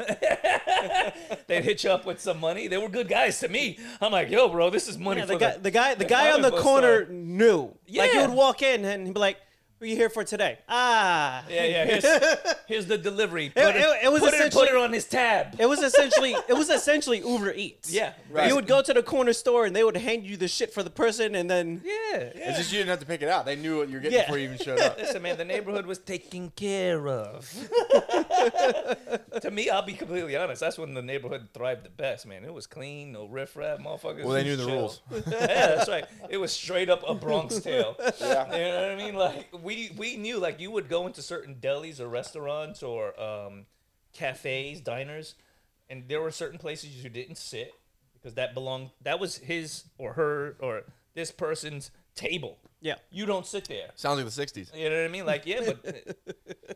[SPEAKER 2] they'd hit you up with some money. They were good guys to me. I'm like, yo, bro, this is money
[SPEAKER 3] Yeah,
[SPEAKER 2] for
[SPEAKER 3] the guy, the guy, the guy on
[SPEAKER 2] comic
[SPEAKER 3] the
[SPEAKER 2] book
[SPEAKER 3] corner
[SPEAKER 2] store.
[SPEAKER 3] knew. Like he
[SPEAKER 2] Yeah.
[SPEAKER 3] would walk in and he'd be like, "What are you here for today?" Ah,
[SPEAKER 2] Yeah, yeah. Here's, here's the delivery. Put it,
[SPEAKER 3] it- it was
[SPEAKER 2] put it, put
[SPEAKER 3] essentially-
[SPEAKER 2] it on his tab.
[SPEAKER 3] it was essentially, it was essentially Uber Eats.
[SPEAKER 2] Yeah,
[SPEAKER 4] right.
[SPEAKER 3] You would go to the corner store and they would hand you the shit for the person, and then
[SPEAKER 2] yeah, yeah.
[SPEAKER 4] It's just you didn't have to pick it out. They knew what you were getting
[SPEAKER 3] Yeah.
[SPEAKER 4] before you even showed up.
[SPEAKER 2] Listen, man, the neighborhood was taken care of. to me, I'll be completely honest. That's when the neighborhood thrived the best, man. It was clean, no riffraff, motherfuckers.
[SPEAKER 4] Well, they knew
[SPEAKER 2] just
[SPEAKER 4] the
[SPEAKER 2] chill.
[SPEAKER 4] rules.
[SPEAKER 2] yeah, that's right. It was straight up a Bronx tale.
[SPEAKER 4] Yeah.
[SPEAKER 2] You know what I mean? Like we we knew like you would go into certain delis or restaurants or um, cafes, diners, and there were certain places you didn't sit because that belonged that was his or her or this person's table.
[SPEAKER 3] yeah,
[SPEAKER 2] You don't sit there.
[SPEAKER 4] Sounds like the '60s.
[SPEAKER 2] You know what I mean? Like, yeah, but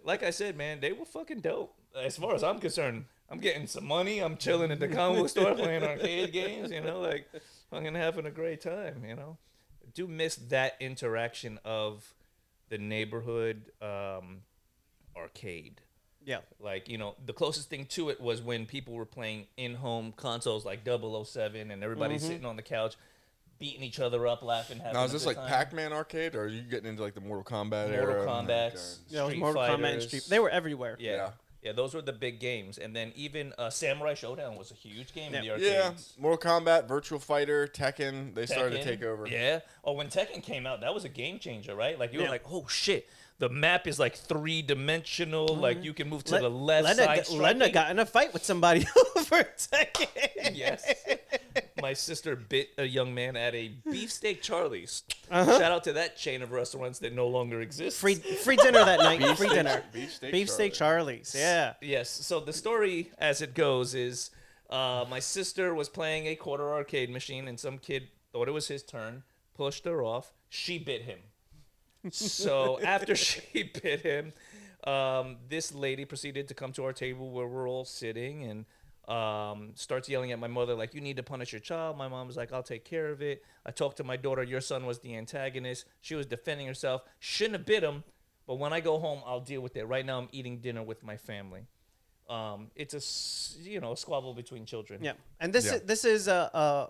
[SPEAKER 2] like I said, man, they were fucking dope. As far as I'm concerned, I'm getting some money. I'm chilling at the comic book store playing arcade games. You know, like fucking having a great time. You know, I do miss that interaction of the neighborhood um, arcade.
[SPEAKER 3] yeah,
[SPEAKER 2] Like, you know, the closest thing to it was when people were playing in home consoles like 007 and everybody's sitting on the couch beating each other up, laughing, having
[SPEAKER 4] Mm-hmm. Now is
[SPEAKER 2] a
[SPEAKER 4] this
[SPEAKER 2] good
[SPEAKER 4] like
[SPEAKER 2] time.
[SPEAKER 4] Pac-Man arcade, or are you getting into like the Mortal Kombat
[SPEAKER 2] Mortal
[SPEAKER 4] era?
[SPEAKER 2] Kombat,
[SPEAKER 3] yeah. It was
[SPEAKER 2] Street
[SPEAKER 3] Mortal Kombat and
[SPEAKER 2] Fighters.
[SPEAKER 3] Street. They were everywhere.
[SPEAKER 2] Yeah.
[SPEAKER 4] Yeah.
[SPEAKER 2] yeah. those were the big games. And then even uh, Samurai Showdown was a huge game in the
[SPEAKER 3] Yeah.
[SPEAKER 2] arcades.
[SPEAKER 4] Yeah, Mortal Kombat, Virtual Fighter, Tekken. They started to
[SPEAKER 2] Tekken.
[SPEAKER 4] take over.
[SPEAKER 2] Yeah. Oh, when Tekken came out, that was a game changer, right? Like you
[SPEAKER 3] Yeah.
[SPEAKER 2] were like, oh shit, the map is like three dimensional. Like you can move to the left
[SPEAKER 3] Mm-hmm. Lena,
[SPEAKER 2] side.
[SPEAKER 3] got- Lena
[SPEAKER 2] striking.
[SPEAKER 3] got in a fight with somebody over Tekken.
[SPEAKER 2] yes. My sister bit a young man at a beefsteak Charlie's. Shout out to that chain of restaurants that no longer exists.
[SPEAKER 3] Uh-huh. Free, free dinner that night. free dinner.
[SPEAKER 4] Beefsteak
[SPEAKER 3] Beefsteak Charlie's. Yeah.
[SPEAKER 2] Yes. So the story as it goes is uh, my sister was playing a quarter arcade machine, and some kid thought it was his turn, pushed her off. She bit him. So after she bit him, um, this lady proceeded to come to our table where we're all sitting and um, starts yelling at my mother, like, You need to punish your child. My mom was like, I'll take care of it. I talked to my daughter. Your son was the antagonist. She was defending herself. Shouldn't have bit him. But when I go home, I'll deal with it. Right now, I'm eating dinner with my family. Um, it's a s- you know squabble between children.
[SPEAKER 3] Yeah. And this
[SPEAKER 4] Yeah.
[SPEAKER 3] is this is a, a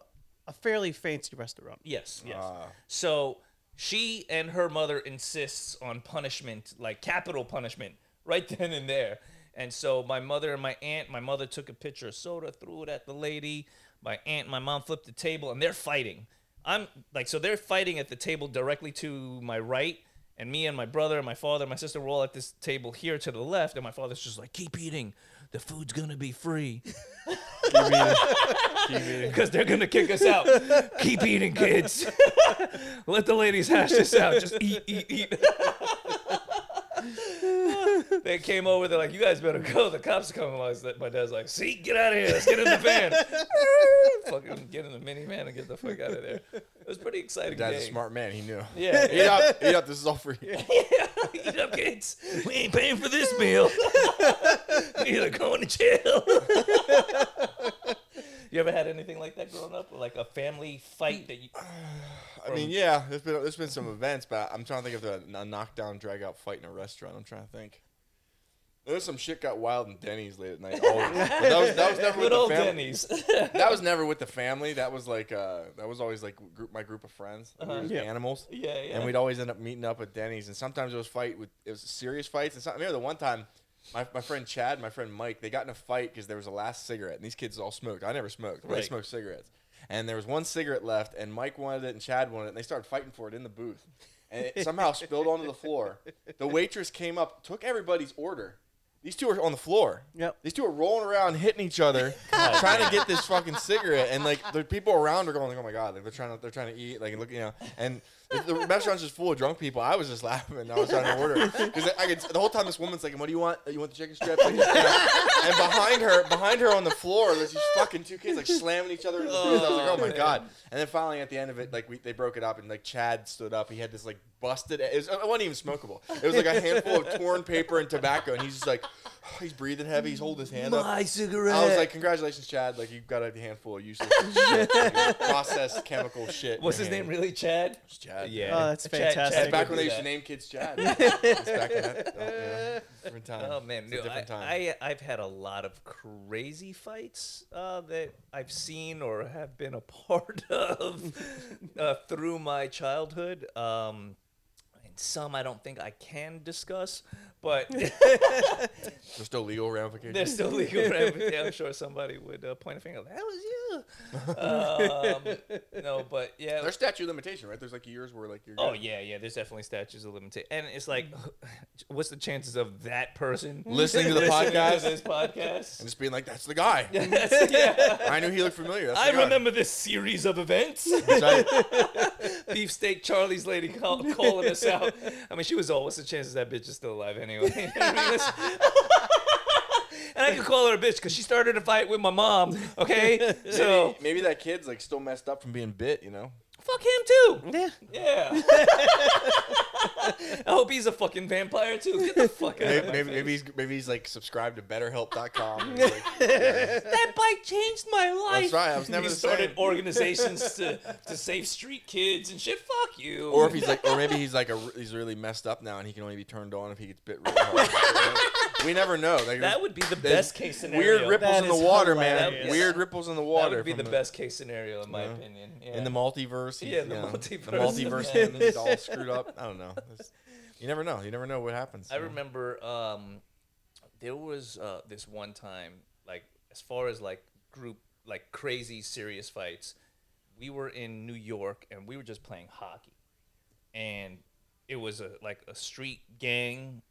[SPEAKER 3] a fairly fancy restaurant.
[SPEAKER 2] Yes, yes.
[SPEAKER 4] Ah.
[SPEAKER 2] So she and her mother insists on punishment, like capital punishment, right then and there. And so my mother and my aunt, my mother took a pitcher of soda, threw it at the lady. My aunt and my mom flipped the table and they're fighting. I'm like, so they're fighting at the table directly to my right. And me and my brother and my father and my sister were all at this table here to the left. And my father's just like, keep eating. The food's going to be free because they're gonna kick us out. Keep eating, kids. Let the ladies hash this out. Just eat, eat, eat. they came over. They're like, "You guys better go. The cops are coming." along." So My dad's like, "See, get out of here. Let's get in the van. Fucking get in the minivan and get the fuck out of there." It was a pretty exciting.
[SPEAKER 4] Dad's a
[SPEAKER 2] day.
[SPEAKER 4] smart man. He knew.
[SPEAKER 2] Yeah.
[SPEAKER 4] Eat up, eat up. This is all free.
[SPEAKER 2] Eat up, kids. We ain't paying for this meal. we either going to jail. you ever had anything like that growing up, like a family fight that you?
[SPEAKER 4] I mean, yeah, there's been there's been some events, but I'm trying to think of the, a knockdown, drag out fight in a restaurant. I'm trying to think. There's some shit got wild in Denny's late at night. always. But that was that was never with
[SPEAKER 2] Good
[SPEAKER 4] the
[SPEAKER 2] old
[SPEAKER 4] family.
[SPEAKER 2] Denny's.
[SPEAKER 4] That was never with the family. That was like uh, that was always like group my group of friends. Like, we
[SPEAKER 2] Uh-huh.
[SPEAKER 4] were just
[SPEAKER 3] Yeah.
[SPEAKER 4] Animals.
[SPEAKER 2] Yeah, yeah.
[SPEAKER 4] And we'd always end up meeting up at Denny's, and sometimes it was fight with it was serious fights. And some, I remember the one time, my, my friend Chad, and my friend Mike, they got in a fight because there was a last cigarette, and these kids all smoked. I never smoked. but They
[SPEAKER 2] Right.
[SPEAKER 4] smoked cigarettes, and there was one cigarette left, and Mike wanted it, and Chad wanted it, and they started fighting for it in the booth, and it somehow spilled onto the floor. The waitress came up, took everybody's order, These two are on the floor.
[SPEAKER 3] Yep.
[SPEAKER 4] These two are rolling around, hitting each other, trying to get this fucking cigarette, and like the people around are going, like, "Oh my god!" Like they're trying to, they're trying to eat, like look, you know, and the, the restaurant's just full of drunk people. I was just laughing. I was trying to order because I could the whole time this woman's like, "What do you want? You want the chicken strips?" Like, you know, and behind her, behind her on the floor, there's these fucking two kids like slamming each other. In the face. I was like, "Oh my god!" And then finally, at the end of it, like we, they broke it up, and like Chad stood up. He had this like busted. It, was, it wasn't even smokable. It was like a handful of torn paper and tobacco, and he's just like, he's breathing heavy. He's holding his hand up.
[SPEAKER 2] My cigarette.
[SPEAKER 4] I was like, "Congratulations, Chad! Like you got a handful of useless shit, like, processed chemical shit." in
[SPEAKER 2] What's
[SPEAKER 4] your
[SPEAKER 2] his
[SPEAKER 4] hand."
[SPEAKER 2] name really? Chad?
[SPEAKER 4] It's Chad.
[SPEAKER 2] Yeah.
[SPEAKER 3] Oh, that's
[SPEAKER 2] Chad- Chad
[SPEAKER 3] fantastic.
[SPEAKER 4] It's
[SPEAKER 2] could
[SPEAKER 4] back when
[SPEAKER 2] do
[SPEAKER 4] they used
[SPEAKER 2] that.
[SPEAKER 4] to Uh, name kids Chad. It's back in that, oh, yeah. different time.
[SPEAKER 2] Oh man,
[SPEAKER 4] It's a
[SPEAKER 2] no, I,
[SPEAKER 4] different time.
[SPEAKER 2] I I've had a lot of crazy fights uh, that I've seen or have been a part of uh, through my childhood. Um, and some I don't think I can discuss, but
[SPEAKER 4] There's still legal ramifications.
[SPEAKER 2] they're still legal. ramifications. I'm sure somebody would uh, point a finger. That was you. Um, no, but yeah,
[SPEAKER 4] There's statute of limitation, right? There's like years where like you're.
[SPEAKER 2] Oh
[SPEAKER 4] good.
[SPEAKER 2] yeah, yeah. There's definitely statutes of limitation, and it's like, what's the chances of that person
[SPEAKER 4] Listening to the podcast?
[SPEAKER 2] this podcast?
[SPEAKER 4] And just being like, that's the guy.
[SPEAKER 2] Yeah.
[SPEAKER 4] I knew he looked familiar. That's
[SPEAKER 2] I
[SPEAKER 4] the guy."
[SPEAKER 2] remember this series of events.
[SPEAKER 4] That's right.
[SPEAKER 2] Beefsteak Charlie's lady call, calling us out. I mean, she was all. What's the chances that bitch is still alive anyway? I mean, that's- and I could call her a bitch because she started a fight with my mom. Okay, so
[SPEAKER 4] Maybe- Maybe that kid's like still messed up from being bit, you know?
[SPEAKER 2] fuck him too.
[SPEAKER 3] Yeah.
[SPEAKER 2] Yeah. I hope he's a fucking vampire too. Get the fuck out of
[SPEAKER 4] Maybe,
[SPEAKER 2] my
[SPEAKER 4] maybe,
[SPEAKER 2] face.
[SPEAKER 4] maybe he's maybe he's like subscribed to BetterHelp.com. and he's like, yeah,
[SPEAKER 2] that bike changed my life.
[SPEAKER 4] that's right. I was never
[SPEAKER 2] he
[SPEAKER 4] the
[SPEAKER 2] started
[SPEAKER 4] same.
[SPEAKER 2] organizations to, to save street kids and shit. Fuck you.
[SPEAKER 4] Or if he's like, or maybe he's like, a, he's really messed up now, and he can only be turned on if he gets bit. Really hard. we never know. Like,
[SPEAKER 2] that would be the
[SPEAKER 4] there's
[SPEAKER 2] best case scenario.
[SPEAKER 4] weird ripples
[SPEAKER 3] That
[SPEAKER 4] in the
[SPEAKER 3] is
[SPEAKER 4] water, man.
[SPEAKER 2] hilarious.
[SPEAKER 4] Weird ripples in the
[SPEAKER 2] That
[SPEAKER 4] water.
[SPEAKER 2] would be
[SPEAKER 4] from
[SPEAKER 2] the best case scenario in my
[SPEAKER 4] Yeah.
[SPEAKER 2] opinion. Yeah.
[SPEAKER 4] in the multiverse. he's-
[SPEAKER 2] Yeah, in the
[SPEAKER 4] The
[SPEAKER 2] multiverse.
[SPEAKER 4] multiverse.
[SPEAKER 2] Yeah.
[SPEAKER 4] and he's all screwed up. I don't know. It's- you never know. You never know what happens.
[SPEAKER 2] I
[SPEAKER 4] you know?
[SPEAKER 2] remember um, there was uh, this one time, like as far as like group like crazy serious fights, we were in New York and we were just playing hockey, and it was a like a street gang,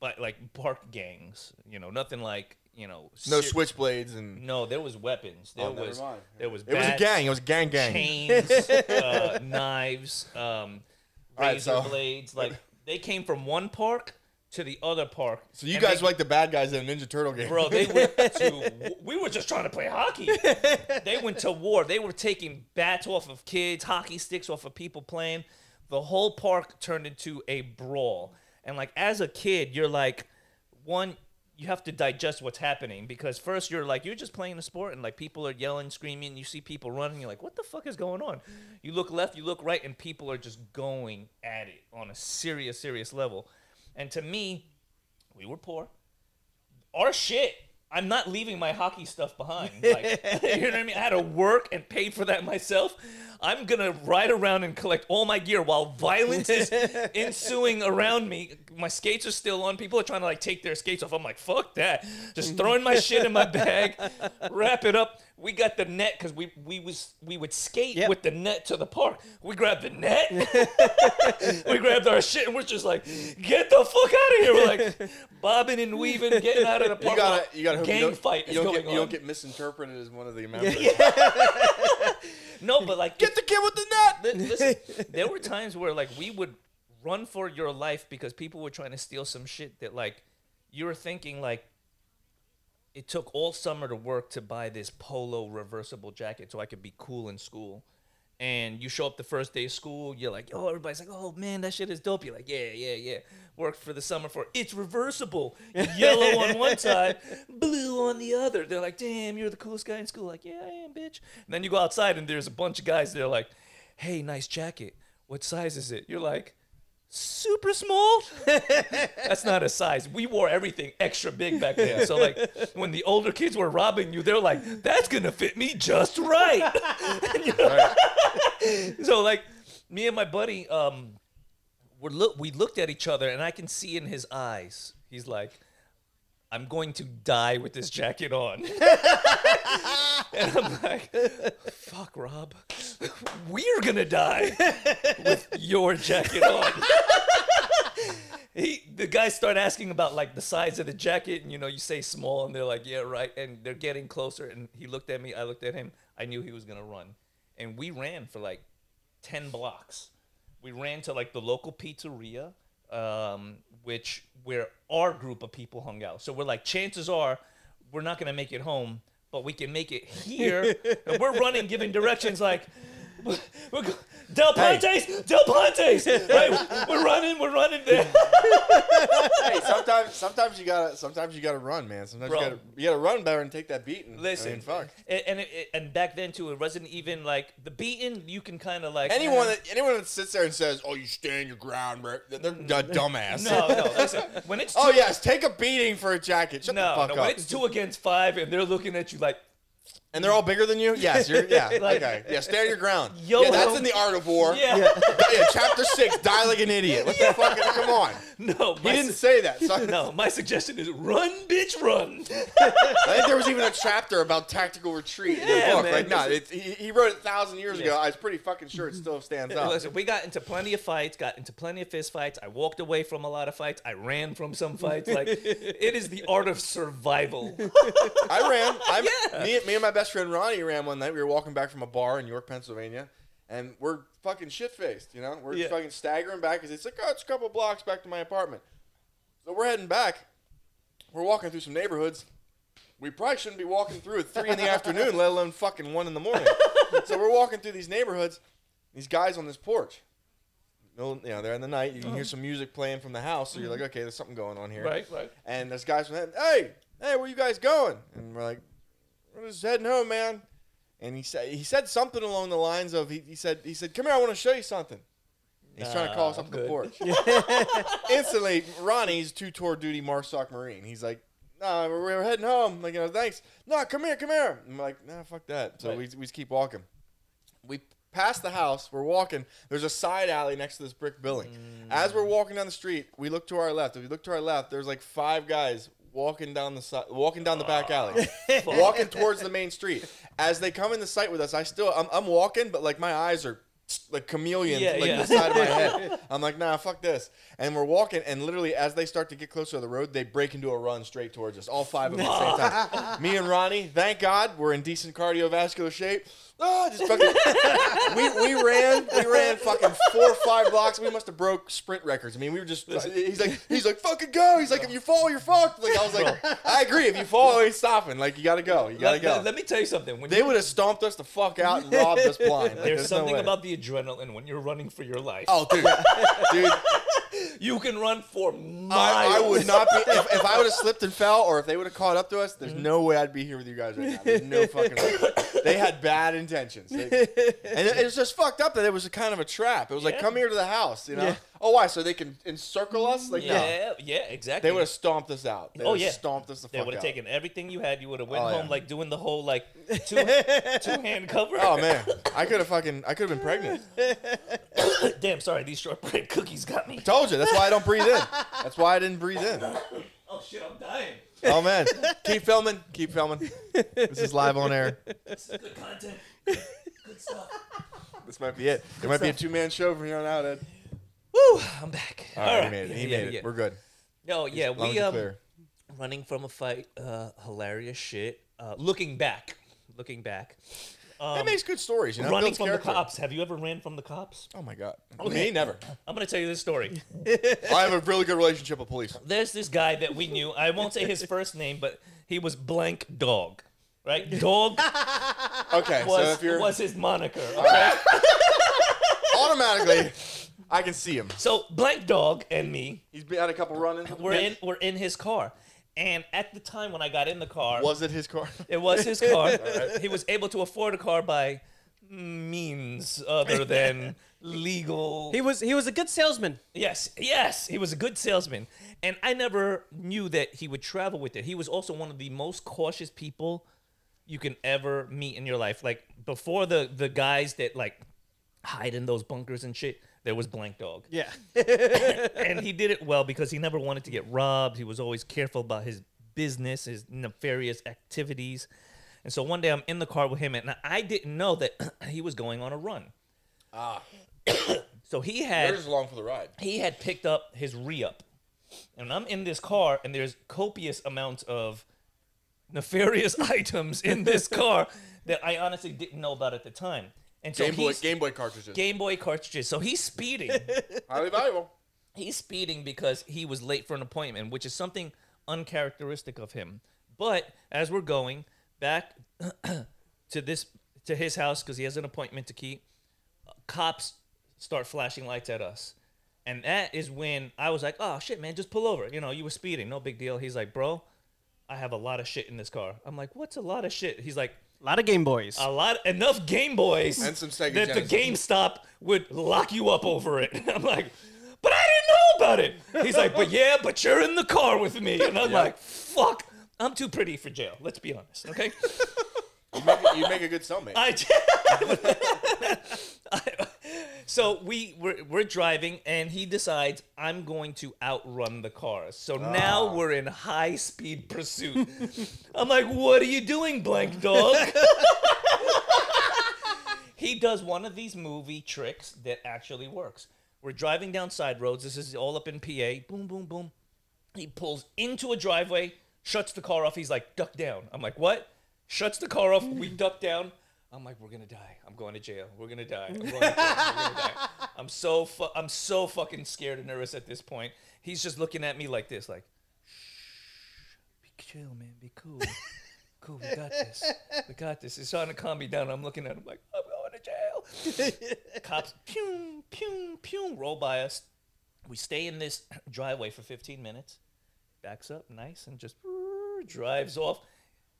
[SPEAKER 2] but like park gangs, you know, nothing like you know
[SPEAKER 4] No
[SPEAKER 2] ser-
[SPEAKER 4] switchblades and.
[SPEAKER 2] No, there was weapons. There
[SPEAKER 4] Oh, never
[SPEAKER 2] was
[SPEAKER 4] mind.
[SPEAKER 2] there was
[SPEAKER 4] It was a
[SPEAKER 2] bats,
[SPEAKER 4] gang. It was gang gang.
[SPEAKER 2] chains, uh, knives, um,
[SPEAKER 4] right,
[SPEAKER 2] razor
[SPEAKER 4] so-
[SPEAKER 2] blades. Like they came from one park to the other park.
[SPEAKER 4] So you
[SPEAKER 2] and
[SPEAKER 4] guys
[SPEAKER 2] they-
[SPEAKER 4] were like the bad guys in a Ninja Turtle game.
[SPEAKER 2] bro, they went to. We were just trying to play hockey. They went to war. They were taking bats off of kids, hockey sticks off of people playing. The whole park turned into a brawl. And like as a kid, you're like, one, you have to digest what's happening because first you're like you're just playing a sport and like people are yelling, screaming. You see people running. You're like, what the fuck is going on? You look left, you look right, and people are just going at it on a serious, serious level. And to me, we were poor our shit. I'm not leaving my hockey stuff behind. Like, you know what I mean? I had to work and pay for that myself. I'm gonna ride around and collect all my gear while violence is ensuing around me. My skates are still on. People are trying to like take their skates off. I'm like, fuck that. Just throwing my shit in my bag, wrap it up. We got the net because we we was we would skate
[SPEAKER 3] Yep.
[SPEAKER 2] with the net to the park. We grabbed the net. we grabbed our shit and we're just like, get the fuck out of here. We're like bobbing and weaving, getting out of the park.
[SPEAKER 4] You gotta, you gotta hope
[SPEAKER 2] gang
[SPEAKER 4] you don't,
[SPEAKER 2] fight is
[SPEAKER 4] you don't
[SPEAKER 2] going
[SPEAKER 4] get,
[SPEAKER 2] on.
[SPEAKER 4] You don't get misinterpreted as one of the members.
[SPEAKER 2] no, but like,
[SPEAKER 4] Get the kid with the net.
[SPEAKER 2] li- listen, there were times where like we would run for your life because people were trying to steal some shit that like you were thinking like it took all summer to work to buy this polo reversible jacket so I could be cool in school. And you show up the first day of school, you're like, oh, everybody's like, oh man, that shit is dope. You're like, yeah, yeah, yeah. Worked for the summer for it's reversible. Yellow on one side, blue on the other. They're like, damn, you're the coolest guy in school. Like, yeah, I am, bitch. And then you go outside and there's a bunch of guys. They're like, hey, nice jacket. What size is it? You're like, super small. That's not a size. We wore everything extra big back then. So like when the older kids were robbing you, they're like, "That's gonna fit me just right." so like me and my buddy, um, we're look we looked at each other, and I can see in his eyes, he's like. I'm going to die with this jacket on. and I'm like, fuck, Rob. We're going to die with your jacket on. he, the guys start asking about like the size of the jacket, and you know, you say small, and they're like, yeah, right. And they're getting closer. And he looked at me, I looked at him. I knew he was gonna run, and we ran for like ten blocks. We ran to like the local pizzeria, um, which where our group of people hung out. So we're like, chances are, we're not gonna make it home, but we can make it here. and we're running, giving directions like. We're go- Del
[SPEAKER 4] Hey.
[SPEAKER 2] Ponte's, Del Ponte's. Right, we're running, we're running there.
[SPEAKER 4] hey, sometimes sometimes you gotta sometimes you gotta run, man. Sometimes
[SPEAKER 2] Bro.
[SPEAKER 4] you gotta you gotta run better and take that beating.
[SPEAKER 2] Listen,
[SPEAKER 4] I mean, fuck.
[SPEAKER 2] and and, it, and back then too, it wasn't even like the beaten. You can kind of like
[SPEAKER 4] Anyone that anyone that sits there and says, "Oh, you stand your ground," bro," they're a dumbass.
[SPEAKER 2] no, no. Listen, when it's two,
[SPEAKER 4] Oh yes, take a beating for a jacket. Shut the
[SPEAKER 2] no,
[SPEAKER 4] fuck
[SPEAKER 2] no.
[SPEAKER 4] up.
[SPEAKER 2] When it's two against five, and they're looking at you like,
[SPEAKER 4] And they're all bigger than you? Yes, you're yeah.
[SPEAKER 2] Like-
[SPEAKER 4] okay. Yeah, stand your ground.
[SPEAKER 2] Yo,
[SPEAKER 4] yeah, that's
[SPEAKER 2] yo.
[SPEAKER 4] in the art of war.
[SPEAKER 2] yeah,
[SPEAKER 4] Yeah, chapter six, die like an idiot. What the fuck? Come on.
[SPEAKER 2] no.
[SPEAKER 4] He
[SPEAKER 2] My
[SPEAKER 4] didn't
[SPEAKER 2] su-
[SPEAKER 4] say that. So
[SPEAKER 2] no, my suggestion is run, bitch, run.
[SPEAKER 4] I think there was even a chapter about tactical retreat in
[SPEAKER 2] Yeah,
[SPEAKER 4] the book.
[SPEAKER 2] man,
[SPEAKER 4] like, no,
[SPEAKER 2] this
[SPEAKER 4] it's, he, he wrote it a thousand years
[SPEAKER 2] Yeah.
[SPEAKER 4] ago. I was pretty fucking sure it still stands up.
[SPEAKER 2] Listen, we got into plenty of fights, got into plenty of fist fights. I walked away from a lot of fights. I ran from some fights. Like it is the art of survival.
[SPEAKER 4] I ran. I,
[SPEAKER 2] Yeah.
[SPEAKER 4] me, me and my best friend Ronnie ran one night. We were walking back from a bar in York, Pennsylvania, and we're fucking shit faced. You know, we're
[SPEAKER 2] Yeah.
[SPEAKER 4] fucking staggering back because it's like oh, it's a couple blocks back to my apartment. So we're heading back. We're walking through some neighborhoods. We probably shouldn't be walking through at three in the afternoon, let alone fucking one in the morning. so we're walking through these neighborhoods. These guys on this porch. Middle, you know, they're in the night. You can hear some music playing from the house, so you're like, okay, there's something going on here.
[SPEAKER 2] Right, right.
[SPEAKER 4] And there's guys from that, hey, hey, where you guys going? And we're like, we're just heading home, man. And he said he said something along the lines of he, he said he said, Come here, I want to show you something. He's trying to call us
[SPEAKER 2] Nah,
[SPEAKER 4] up
[SPEAKER 2] I'm
[SPEAKER 4] the porch. Instantly, Ronnie's two tour duty Marsoc Marine. He's like, nah, we're, we're heading home. Like, you know, thanks. No, come here, come here. I'm like, nah, fuck that. So
[SPEAKER 2] Right.
[SPEAKER 4] we, we just keep walking. We pass the house. We're walking. There's a side alley next to this brick building. As we're walking down the street, we look to our left. If we look to our left, there's like five guys walking down the side, walking down the back alley, walking towards the main street. As they come in the sight with us, I still I'm, I'm walking, but like my eyes are like chameleons,
[SPEAKER 2] Yeah,
[SPEAKER 4] like
[SPEAKER 2] yeah.
[SPEAKER 4] the side of my head. I'm like, nah, fuck this. And we're walking, and literally as they start to get closer to the road, they break into a run straight towards us, all five of them at the same time. Me and Ronnie, thank God, we're in decent cardiovascular shape. Ah, just fucking we, we ran we ran fucking four or five blocks. We must have broke sprint records. I mean, we were just he's like he's like fucking go. He's like if you fall, you're fucked. Like I was like I agree. If you fall, ain't stopping. Like you gotta go. You gotta
[SPEAKER 2] Let,
[SPEAKER 4] go.
[SPEAKER 2] let- let me tell you something. When
[SPEAKER 4] they
[SPEAKER 2] you-
[SPEAKER 4] would have stomped us the fuck out and robbed us blind. Like,
[SPEAKER 2] there's,
[SPEAKER 4] no
[SPEAKER 2] something
[SPEAKER 4] way.
[SPEAKER 2] about the adrenaline when you're running for your life.
[SPEAKER 4] oh dude, dude.
[SPEAKER 2] You can run for miles.
[SPEAKER 4] I, I would not be if, if I would have slipped and fell, or if they would have caught up to us. There's
[SPEAKER 2] Mm-hmm.
[SPEAKER 4] no way I'd be here with you guys right now. There's no fucking way. They had bad intentions, They- and it, it was just fucked up that it was a kind of a trap. It was like
[SPEAKER 2] Yeah.
[SPEAKER 4] come here to the house, you know?
[SPEAKER 3] Yeah.
[SPEAKER 4] Oh, why? So they can encircle us? Like no,
[SPEAKER 2] Yeah, yeah, exactly.
[SPEAKER 4] they would have stomped us out. They
[SPEAKER 2] Oh,
[SPEAKER 4] would've
[SPEAKER 2] yeah.
[SPEAKER 4] stomped us the
[SPEAKER 2] They
[SPEAKER 4] fuck
[SPEAKER 2] would have
[SPEAKER 4] out.
[SPEAKER 2] taken everything you had. You would have went
[SPEAKER 4] Oh, yeah.
[SPEAKER 2] home like doing the whole like two two hand cover.
[SPEAKER 4] Oh man, I could have fucking, I could have been pregnant.
[SPEAKER 2] damn! Sorry, these shortbread cookies got me.
[SPEAKER 4] Told you. That's why I don't breathe in. That's why I didn't breathe in.
[SPEAKER 2] Oh shit! I'm dying.
[SPEAKER 4] Oh man, keep filming, keep filming. This is live on air.
[SPEAKER 2] This is good content. Good stuff.
[SPEAKER 4] This might be it. It might be a two man show from here on out. Ed.
[SPEAKER 2] Woo! I'm back.
[SPEAKER 4] All right, he made it. He
[SPEAKER 2] Yeah,
[SPEAKER 4] made
[SPEAKER 2] yeah.
[SPEAKER 4] it. We're good.
[SPEAKER 2] No, yeah,
[SPEAKER 4] Long
[SPEAKER 2] we
[SPEAKER 4] as you're
[SPEAKER 2] um,
[SPEAKER 4] clear.
[SPEAKER 2] running from a fight. Uh, hilarious shit. Uh, looking back, looking back.
[SPEAKER 4] that makes good stories. You know,
[SPEAKER 2] um, running
[SPEAKER 4] Builds
[SPEAKER 2] from
[SPEAKER 4] character.
[SPEAKER 2] the cops. Have you ever ran from the cops?
[SPEAKER 4] Oh my god. Me never.
[SPEAKER 2] I'm gonna tell you this story.
[SPEAKER 4] I have a really good relationship with police.
[SPEAKER 2] there's this guy that we knew. I won't say his first name, but he was blank dog. Right? Dog
[SPEAKER 4] Okay, so
[SPEAKER 2] was,
[SPEAKER 4] if you're
[SPEAKER 2] was his moniker.
[SPEAKER 4] automatically, I can see him.
[SPEAKER 2] So blank dog and me
[SPEAKER 4] He's been had a couple run-ins.
[SPEAKER 2] were in were in his car. And at the time when I got in the car,
[SPEAKER 4] Was it his car?
[SPEAKER 2] it was his car. He was able to afford a car by means other than legal
[SPEAKER 3] He was he was a good salesman.
[SPEAKER 2] Yes, yes, he was a good salesman, and I never knew that he would travel with it. He was also one of the most cautious people you can ever meet in your life. Like before the the guys that like hide in those bunkers and shit, there was Blank Dog,
[SPEAKER 3] Yeah.
[SPEAKER 2] and he did it well because he never wanted to get robbed. He was always careful about his business, his nefarious activities, and so one day I'm in the car with him, and I didn't know that he was going on a run.
[SPEAKER 4] Ah,
[SPEAKER 2] So he had
[SPEAKER 4] along for the ride.
[SPEAKER 2] he had picked up his re up and I'm in this car, and there's copious amounts of nefarious items in this car that I honestly didn't know about at the time. And so
[SPEAKER 4] Game Boy,
[SPEAKER 2] he's-
[SPEAKER 4] Game Boy cartridges.
[SPEAKER 2] Game Boy cartridges. So he's speeding.
[SPEAKER 4] Highly valuable.
[SPEAKER 2] he's speeding because he was late for an appointment, which is something uncharacteristic of him. But as we're going back to this to his house because he has an appointment to keep, cops start flashing lights at us. And that is when I was like, "Oh shit, man, just pull over." You know, you were speeding, no big deal. He's like, "Bro, I have a lot of shit in this car." I'm like, "What's a lot of shit?" He's like,
[SPEAKER 3] A lot of Game Boys.
[SPEAKER 4] Oh,
[SPEAKER 2] a lot enough Game Boys
[SPEAKER 4] And some Sega
[SPEAKER 2] that the
[SPEAKER 4] Genesis.
[SPEAKER 2] GameStop would lock you up over it. I'm like, but I didn't know about it. He's like, but yeah, but you're in the car with me, and I'm like, fuck, I'm too pretty for jail. Let's be honest, okay?
[SPEAKER 4] You make, a- you make a good cellmate.
[SPEAKER 2] I, so we we're, we're driving, and he decides I'm going to outrun the cars. So now we're in high speed pursuit. I'm like, what are you doing, blank dog? he does one of these movie tricks that actually works. We're driving down side roads. This is all up in PA. Boom, boom, boom. He pulls into a driveway, shuts the car off. He's like, duck down. I'm like, what? Shuts the car off. We duck down. I'm like, we're gonna die. I'm going to jail. We're gonna die. I'm going to jail. We're gonna die. I'm so fu- I'm so fucking scared and nervous at this point. He's just looking at me like this, like, shh, be chill, man, be cool, cool. We got this. We got this. It's trying to calm me down. I'm looking at him like, I'm going to jail. Cops, pew, pew, pew, roll by us. We stay in this driveway for 15 minutes backs up nice and just drives off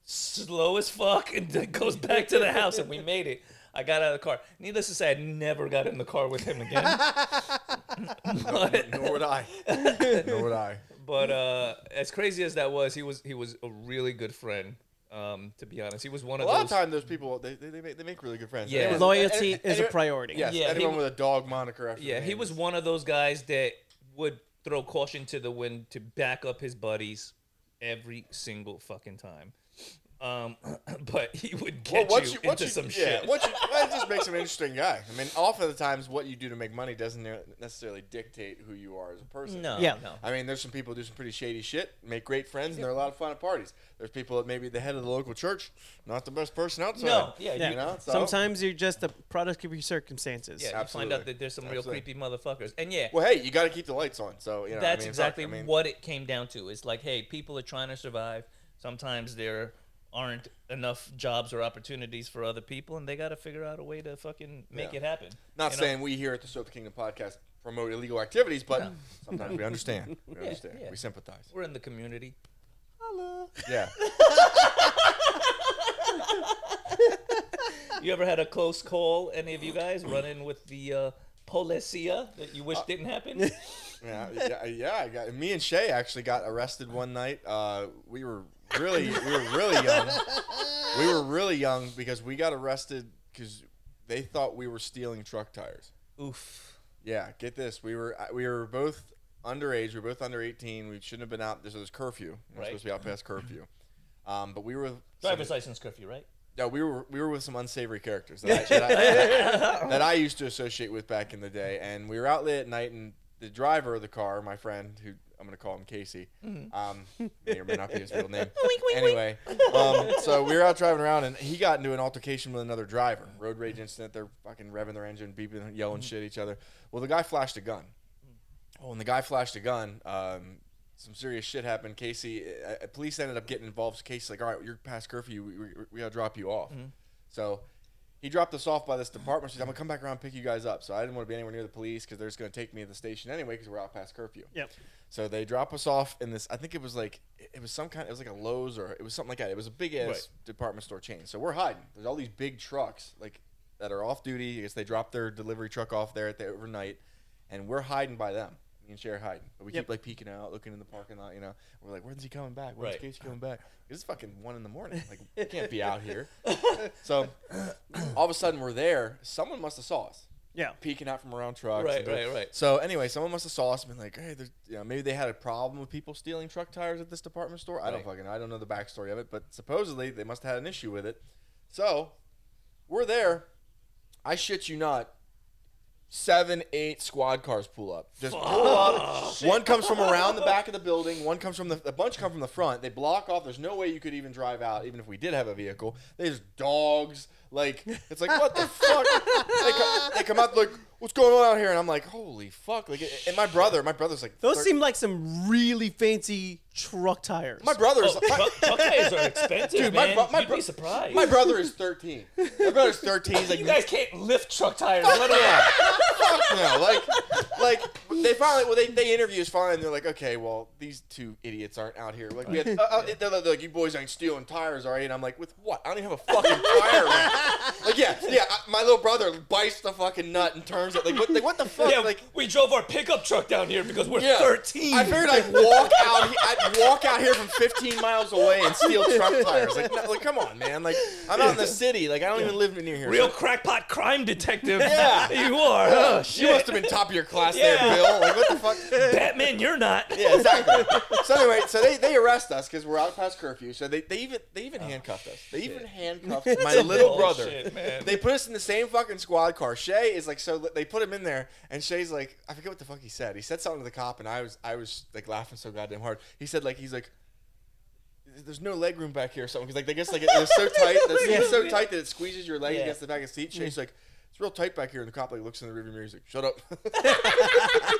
[SPEAKER 2] slow as fuck and then goes back to the house and we made it i got out of the car needless to say i never got in the car with him again
[SPEAKER 4] Nor would I. Nor would I.
[SPEAKER 2] but uh, as crazy as that was he was he was a really good friend um, to be honest he was one
[SPEAKER 4] A
[SPEAKER 2] of
[SPEAKER 4] lot
[SPEAKER 2] those
[SPEAKER 4] of time, those people they, they, they, make, they make really good friends.
[SPEAKER 2] Yeah.
[SPEAKER 4] Anyone-
[SPEAKER 3] Loyalty
[SPEAKER 4] any-
[SPEAKER 3] is a
[SPEAKER 4] anyone-
[SPEAKER 3] priority.
[SPEAKER 4] Yes,
[SPEAKER 2] Yeah, he
[SPEAKER 4] anyone
[SPEAKER 2] w-
[SPEAKER 4] with a dog moniker after.
[SPEAKER 2] yeah
[SPEAKER 4] their
[SPEAKER 2] he
[SPEAKER 4] name
[SPEAKER 2] was
[SPEAKER 4] is-
[SPEAKER 2] one of those guys that would throw caution to the wind to back up his buddies every single fucking time um, but he would
[SPEAKER 4] Well,
[SPEAKER 2] get
[SPEAKER 4] what
[SPEAKER 2] you,
[SPEAKER 4] you, what
[SPEAKER 2] into
[SPEAKER 4] you,
[SPEAKER 2] some
[SPEAKER 4] yeah,
[SPEAKER 2] shit
[SPEAKER 4] What you, well, it just makes him an interesting guy. I mean, often the times, what you do to make money doesn't ne- necessarily dictate who you are as a person.
[SPEAKER 2] no
[SPEAKER 3] Yeah.
[SPEAKER 2] no
[SPEAKER 4] I mean, there's some people who do some pretty shady shit, make great friends, and they're a lot of fun at parties. There's people that maybe the head of the local church, not the best person outside.
[SPEAKER 2] No, yeah,
[SPEAKER 3] Yeah.
[SPEAKER 4] you know. So,
[SPEAKER 3] Sometimes you're just a product of your circumstances.
[SPEAKER 2] Yeah, you find out
[SPEAKER 4] Absolutely.
[SPEAKER 2] that there's some
[SPEAKER 4] Absolutely.
[SPEAKER 2] real creepy motherfuckers. And yeah,
[SPEAKER 4] Well, hey, you got to keep the lights on. So you know, I
[SPEAKER 2] that's
[SPEAKER 4] mean, fuck,
[SPEAKER 2] exactly
[SPEAKER 4] I mean,
[SPEAKER 2] what it came down to. It's like, hey, people are trying to survive. Sometimes there aren't enough jobs or opportunities for other people, and they got to figure out a way to fucking make
[SPEAKER 4] Yeah.
[SPEAKER 2] it happen.
[SPEAKER 4] Not
[SPEAKER 2] You know?
[SPEAKER 4] saying we here at the Soap Kingdom podcast promote illegal activities, but sometimes we understand. We understand.
[SPEAKER 2] yeah.
[SPEAKER 4] We sympathize.
[SPEAKER 2] we're in the community.
[SPEAKER 4] Yeah.
[SPEAKER 2] You ever had a close call? Any of you guys run in with the uh, policia that you wish
[SPEAKER 4] Uh,
[SPEAKER 2] didn't happen?
[SPEAKER 4] Yeah, yeah, yeah. I got, me and Shay actually got arrested one night. Uh, we were really, we were really young. We were really young because we got arrested because they thought we were stealing truck tires.
[SPEAKER 2] Oof.
[SPEAKER 4] Yeah, get this. We were I- we were both underage. We were both under eighteen. We shouldn't have been out. This was curfew. We We're
[SPEAKER 2] Right.
[SPEAKER 4] supposed to be out past curfew. Um, but we were
[SPEAKER 2] Driver's license curfew, right?
[SPEAKER 4] no, we were we were with some unsavory characters that I, that, I, that I used to associate with back in the day, and we were out late at night, and the driver of the car, my friend, who I'm gonna call him Casey, um, may or may not be his real name. anyway, um, so we were out driving around, and he got into an altercation with another driver. Road rage incident. They're fucking revving their engine, beeping, yelling shit at each other. Well, the guy flashed a gun. Oh, when the guy flashed a gun, um, some serious shit happened. Casey, uh, uh, police ended up getting involved. Casey's like, all right, you're past curfew. We, we, we gotta drop you off. So he dropped us off by this department. She's, I'm gonna come back around and pick you guys up. So I didn't want to be anywhere near the police because they're just gonna take me to the station anyway because we're out past curfew.
[SPEAKER 3] Yep.
[SPEAKER 4] So they drop us off in this. I think it was like it was some kind. It was like a Lowe's or it was something like that. It was a big ass
[SPEAKER 2] Right.
[SPEAKER 4] department store chain. So we're hiding. There's all these big trucks like that are off duty. I guess they drop their delivery truck off there at the overnight, and we're hiding by them. Me and Cher are hiding, but we
[SPEAKER 3] Yep.
[SPEAKER 4] keep like peeking out, looking in the parking lot. You know, we're like, "When's he coming back? When's
[SPEAKER 2] Right.
[SPEAKER 4] Casey coming back?" It's fucking one in the morning. Like, we can't be out here. So, all of a sudden, we're there. Someone must have saw us
[SPEAKER 3] Yeah.
[SPEAKER 4] peeking out from around trucks.
[SPEAKER 2] Right,
[SPEAKER 4] and doing-
[SPEAKER 2] right, right.
[SPEAKER 4] So anyway, someone must have saw us and been like, hey, there's, you know, maybe they had a problem with people stealing truck tires at this department store. I don't
[SPEAKER 2] Right.
[SPEAKER 4] fucking know. I don't know the backstory of it, but supposedly they must have had an issue with it. So we're there. I shit you not. seven, eight squad cars pull up. Just pull
[SPEAKER 2] Oh,
[SPEAKER 4] up. One comes from around the back of the building. One comes from the. A bunch come from the front. They block off. There's no way you could even drive out, even if we did have a vehicle. There's dogs. Like it's like what the fuck? they, come, they come out like what's going on out here, and I'm like holy fuck! Like and my brother, my brother's like
[SPEAKER 3] Those
[SPEAKER 4] thir-
[SPEAKER 3] seem like some really fancy truck tires.
[SPEAKER 4] My brother's
[SPEAKER 2] Buck- Buckeyes are expensive,
[SPEAKER 4] Dude, my
[SPEAKER 2] man.
[SPEAKER 4] bro- my
[SPEAKER 2] You'd
[SPEAKER 4] bro-
[SPEAKER 2] be surprised.
[SPEAKER 4] my brother is 13. My brother's 13. He's like
[SPEAKER 2] Oh, you guys can't lift truck tires.
[SPEAKER 4] Fuck
[SPEAKER 2] Let alone-
[SPEAKER 4] no. Fuck no. Like, like they finally, well, they, they interview us finally, and they're like, okay, well, these two idiots aren't out here. Like, we had, uh, uh, they're like, "Look, you boys ain't stealing tires, are you? And I'm like, with what? I don't even have a fucking tire. Right. Like, yeah, yeah, I- my little brother bites the fucking nut and turns it. Like, what, like, what the fuck?
[SPEAKER 2] Yeah,
[SPEAKER 4] like,
[SPEAKER 2] we drove our pickup truck down here because we're
[SPEAKER 4] yeah.
[SPEAKER 2] 13.
[SPEAKER 4] I figured I'd walk out. he- I'd walk out here from 15 miles away and steal truck tires. Like, no, like, come on, man. Like, I'm out in the city. Like, I don't even live near here.
[SPEAKER 2] Real crackpot crime detective.
[SPEAKER 4] Yeah.
[SPEAKER 2] You are. Oh, shit.
[SPEAKER 4] You must have been top of your class
[SPEAKER 2] Yeah.
[SPEAKER 4] there, Bill. Like, what the fuck?
[SPEAKER 2] Batman, you're not.
[SPEAKER 4] Yeah, exactly. so anyway, so they, they arrest us because we're out past curfew. So they, they even they even handcuffed us. They even handcuffed my little brother.
[SPEAKER 2] Bullshit, Oh, man.
[SPEAKER 4] They put us in the same fucking squad car. Shay is like so they put him in there and Shay's like I forget what the fuck he said. He said something to the cop and I was I was like laughing so goddamn hard. He said like he's like there's no leg room back here or something because like they guess like it, it's so tight that it's so tight that it squeezes your leg
[SPEAKER 2] Yeah.
[SPEAKER 4] against the back of the seat. Shay's like it's real tight back here and the cop like looks in the rearview mirror. He's like shut up.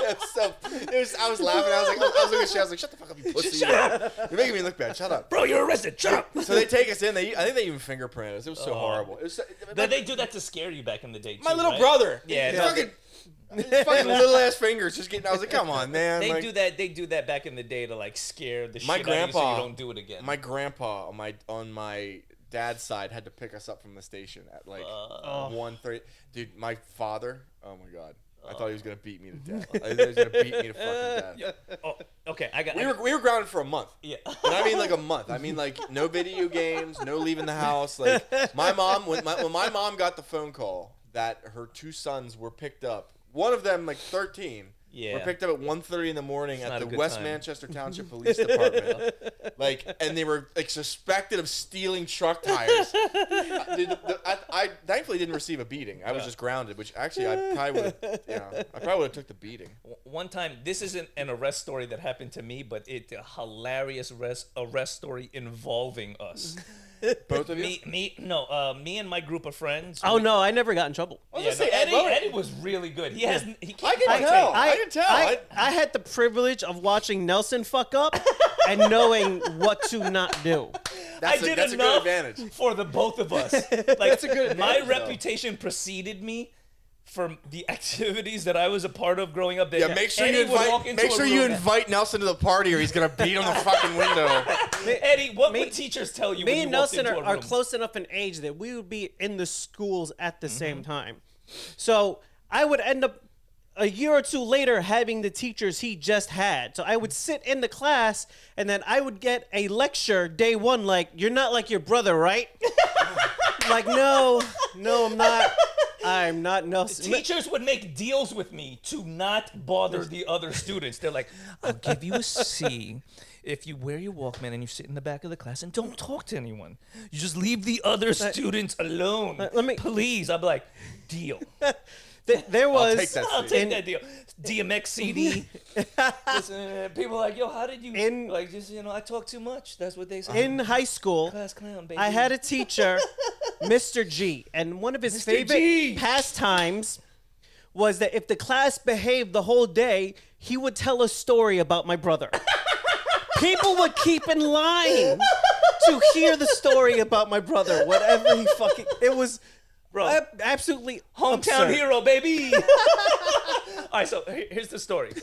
[SPEAKER 4] That's so. It was. I was laughing. I was like, I was looking at Shay. I was like, shut the fuck up, you pussy.
[SPEAKER 2] Shut up.
[SPEAKER 4] You're making me look bad. Shut up.
[SPEAKER 2] Bro, you're arrested. Shut up.
[SPEAKER 4] So they take us in. They, I think they even fingerprinted us. It was so
[SPEAKER 2] Oh.
[SPEAKER 4] horrible. It was so,
[SPEAKER 2] They, they do that to scare you back in the day.
[SPEAKER 4] my
[SPEAKER 2] too,
[SPEAKER 4] little
[SPEAKER 2] right?
[SPEAKER 4] brother.
[SPEAKER 2] Yeah,
[SPEAKER 4] His
[SPEAKER 2] no,
[SPEAKER 4] fucking, his fucking little ass fingers just getting. I was like, come on, man.
[SPEAKER 2] They
[SPEAKER 4] like,
[SPEAKER 2] do that. They do that back in the day to like scare the
[SPEAKER 4] My
[SPEAKER 2] shit out of you so
[SPEAKER 4] grandpa-
[SPEAKER 2] you don't do it again.
[SPEAKER 4] My grandpa on my on my dad's side had to pick us up from the station at like
[SPEAKER 2] Uh.
[SPEAKER 4] one thirty. Dude, my father. Oh my god. I thought he
[SPEAKER 2] Uh.
[SPEAKER 4] was gonna beat me to death. I thought he was gonna beat me to fucking death.
[SPEAKER 2] oh, okay, I got.
[SPEAKER 4] We
[SPEAKER 2] I-
[SPEAKER 4] were we were grounded for a month.
[SPEAKER 2] yeah.
[SPEAKER 4] And I mean like a month. I mean like no video games, no leaving the house. Like my mom when my when my mom got the phone call that her two sons were picked up. One of them like 13
[SPEAKER 2] Yeah.
[SPEAKER 4] were picked up at 1:30 in the morning
[SPEAKER 2] not
[SPEAKER 4] at
[SPEAKER 2] a
[SPEAKER 4] the
[SPEAKER 2] good
[SPEAKER 4] West
[SPEAKER 2] time.
[SPEAKER 4] Manchester Township Police Department. like and they were like suspected of stealing truck tires. I, the- the- I, I thankfully didn't receive a beating. I was just grounded, which actually I probably would have yeah, I probably would have took the beating.
[SPEAKER 2] W- One time, this isn't an arrest story that happened to me, but it's a hilarious arrest arrest story involving us.
[SPEAKER 4] Both of you?
[SPEAKER 2] me, me, no, uh, me and my group of friends.
[SPEAKER 3] oh
[SPEAKER 2] we-
[SPEAKER 3] no, I never got in trouble.
[SPEAKER 4] I was
[SPEAKER 2] Yeah,
[SPEAKER 4] gonna
[SPEAKER 2] no,
[SPEAKER 4] say, Ed
[SPEAKER 2] Eddie,
[SPEAKER 4] Lowen-
[SPEAKER 2] Eddie was really good. He has. He can't
[SPEAKER 4] can
[SPEAKER 2] like,
[SPEAKER 4] tell.
[SPEAKER 2] take-
[SPEAKER 4] I can tell.
[SPEAKER 3] I,
[SPEAKER 4] I-
[SPEAKER 3] I had the privilege of watching Nelson fuck up and knowing what to not do.
[SPEAKER 4] That's
[SPEAKER 2] I
[SPEAKER 4] a-
[SPEAKER 2] did
[SPEAKER 4] that's a
[SPEAKER 2] enough
[SPEAKER 4] good advantage.
[SPEAKER 2] for the both of us. Like
[SPEAKER 4] a good
[SPEAKER 2] my
[SPEAKER 4] advantage, though.
[SPEAKER 2] reputation preceded me from the activities that I was a part of growing up. That
[SPEAKER 4] Yeah, make sure you
[SPEAKER 2] Eddie would
[SPEAKER 4] invite.
[SPEAKER 2] walk into
[SPEAKER 4] Make
[SPEAKER 2] a
[SPEAKER 4] sure you
[SPEAKER 2] room-
[SPEAKER 4] invite Nelson to the party, or he's gonna beat on the fucking window.
[SPEAKER 2] Eddie, what would teachers tell you? when
[SPEAKER 3] Me
[SPEAKER 2] you
[SPEAKER 3] and
[SPEAKER 2] walked
[SPEAKER 3] Nelson
[SPEAKER 2] into
[SPEAKER 3] are,
[SPEAKER 2] a
[SPEAKER 3] are
[SPEAKER 2] room?
[SPEAKER 3] close enough in age that we would be in the schools at the same
[SPEAKER 2] Mm-hmm.
[SPEAKER 3] time. So I would end up a year or two later having the teachers he just had. So I would sit in the class and then I would get a lecture day one, like, You're not like your brother, right? like, no, no, I'm not. I'm not Nelson.
[SPEAKER 2] Teachers would make deals with me to not bother the other students. They're like, I'll give you a C if you wear your Walkman and you sit in the back of the class and don't talk to anyone. You just leave the other students alone.
[SPEAKER 3] let me-
[SPEAKER 2] Please. I'm like, deal.
[SPEAKER 3] Th- there was
[SPEAKER 4] take that
[SPEAKER 2] I'll take
[SPEAKER 3] in-
[SPEAKER 2] that deal. DMX CD. Listen, uh, people are like, yo, how did you?
[SPEAKER 3] In-
[SPEAKER 2] like, just you know, I talk too much. That's what they say.
[SPEAKER 3] in high school.
[SPEAKER 2] Class clown, baby.
[SPEAKER 3] I had a teacher, Mr. G, and one of his favorite
[SPEAKER 2] G.
[SPEAKER 3] pastimes was that if the class behaved the whole day, he would tell a story about my brother. People would keep in line to hear the story about my brother, whatever he fucking. It was
[SPEAKER 2] Bro.
[SPEAKER 3] ab- absolutely
[SPEAKER 2] hometown
[SPEAKER 3] absurd.
[SPEAKER 2] hero, baby. all right, so he- here's the story.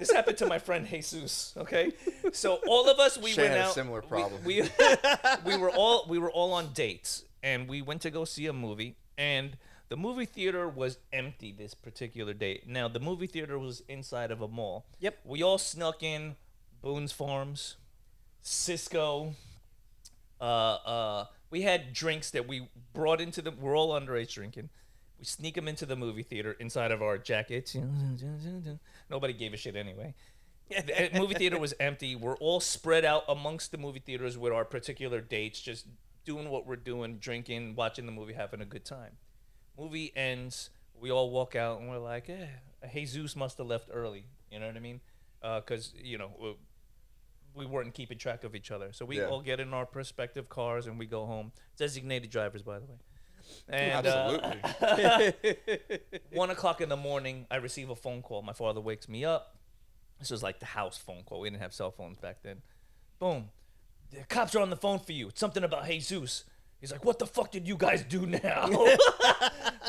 [SPEAKER 2] This happened to my friend Jesus. Okay, so all of us we
[SPEAKER 4] Shan
[SPEAKER 2] went
[SPEAKER 4] had a
[SPEAKER 2] out.
[SPEAKER 4] similar
[SPEAKER 2] we-
[SPEAKER 4] problem.
[SPEAKER 2] We, we were all we were all on dates, and we went to go see a movie, and the movie theater was empty this particular day. Now the movie theater was inside of a mall.
[SPEAKER 3] Yep.
[SPEAKER 2] We all snuck in Boone's Farms, Cisco, uh, uh, we had drinks that we brought into the. We're all underage drinking. We sneak them into the movie theater inside of our jackets. Nobody gave a shit anyway. The uh, movie theater was empty. We're all spread out amongst the movie theaters with our particular dates, just doing what we're doing, drinking, watching the movie, having a good time. Movie ends. We all walk out and we're like, eh, Jesus must have left early. You know what I mean? Because, you know, we- we weren't keeping track of each other. So we
[SPEAKER 4] Yeah.
[SPEAKER 2] all get in our prospective cars and we go home. Designated drivers, by the way. And, uh,
[SPEAKER 4] Absolutely.
[SPEAKER 2] one o'clock in the morning, I receive a phone call. My father wakes me up. This was like the house phone call. We didn't have cell phones back then. Boom. The cops are on the phone for you. It's something about Jesus. He's like, what the fuck did you guys do now? And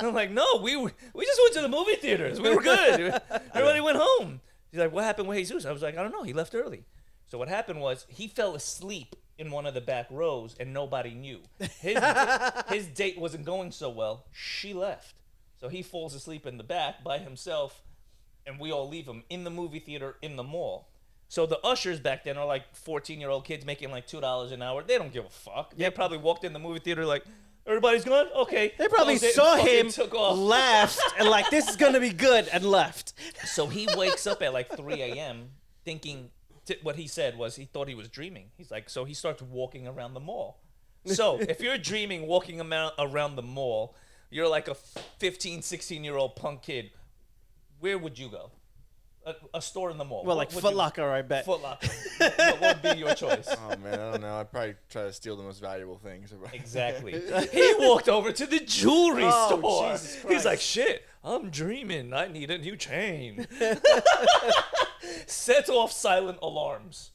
[SPEAKER 2] I'm like, no, we were, we just went to the movie theaters. We were good. Everybody went home. He's like, what happened with Jesus? I was like, I don't know. He left early. So what happened was he fell asleep in one of the back rows and nobody knew. His, his date wasn't going so well. She left. So he falls asleep in the back by himself and we all leave him in the movie theater in the mall. So the ushers back then are like 14 year old kids making like $2 an hour. They don't give a fuck. They probably walked in the movie theater like, everybody's gone? Okay.
[SPEAKER 3] They probably
[SPEAKER 2] Closed it and
[SPEAKER 3] saw
[SPEAKER 2] fucking
[SPEAKER 3] him,
[SPEAKER 2] took off.
[SPEAKER 3] laughed, and like, this is gonna be good, and left.
[SPEAKER 2] So he wakes up at like 3 a.m. thinking t- what he said was he thought he was dreaming. He's like, so he starts walking around the mall. So if you're dreaming walking amou- around the mall, you're like a 15, 16 year old punk kid. Where would you go? A, a store in the mall. What
[SPEAKER 3] Well, like
[SPEAKER 2] would
[SPEAKER 3] Foot
[SPEAKER 2] you-
[SPEAKER 3] Locker, I bet.
[SPEAKER 2] Foot Locker. what what would be your choice?
[SPEAKER 4] oh man, I don't know. I'd probably try to steal the most valuable things.
[SPEAKER 2] Exactly. He walked over to the jewelry
[SPEAKER 3] Oh,
[SPEAKER 2] store.
[SPEAKER 3] Jesus
[SPEAKER 2] He's like,
[SPEAKER 3] Christ.
[SPEAKER 2] shit, I'm dreaming. I need a new chain. Set off silent alarms.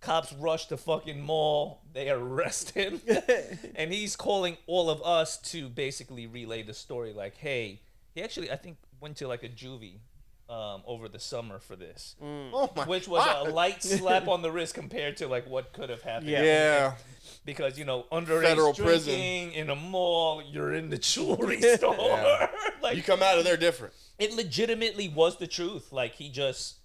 [SPEAKER 2] Cops rush the fucking mall. They arrest him. and he's calling all of us to basically relay the story like, hey, he actually, I think, went to like a juvie um, over the summer for this,
[SPEAKER 3] Mm.
[SPEAKER 4] oh my.
[SPEAKER 2] which was a
[SPEAKER 4] God.
[SPEAKER 2] light slap on the wrist compared to like what could have happened
[SPEAKER 3] Yeah.
[SPEAKER 4] Yeah.
[SPEAKER 2] because you know underage
[SPEAKER 4] Federal prison.
[SPEAKER 2] drinking in a mall, you're in the jewelry store.
[SPEAKER 4] Yeah.
[SPEAKER 2] like
[SPEAKER 4] You come out of there different.
[SPEAKER 2] it legitimately was the truth. Like he just,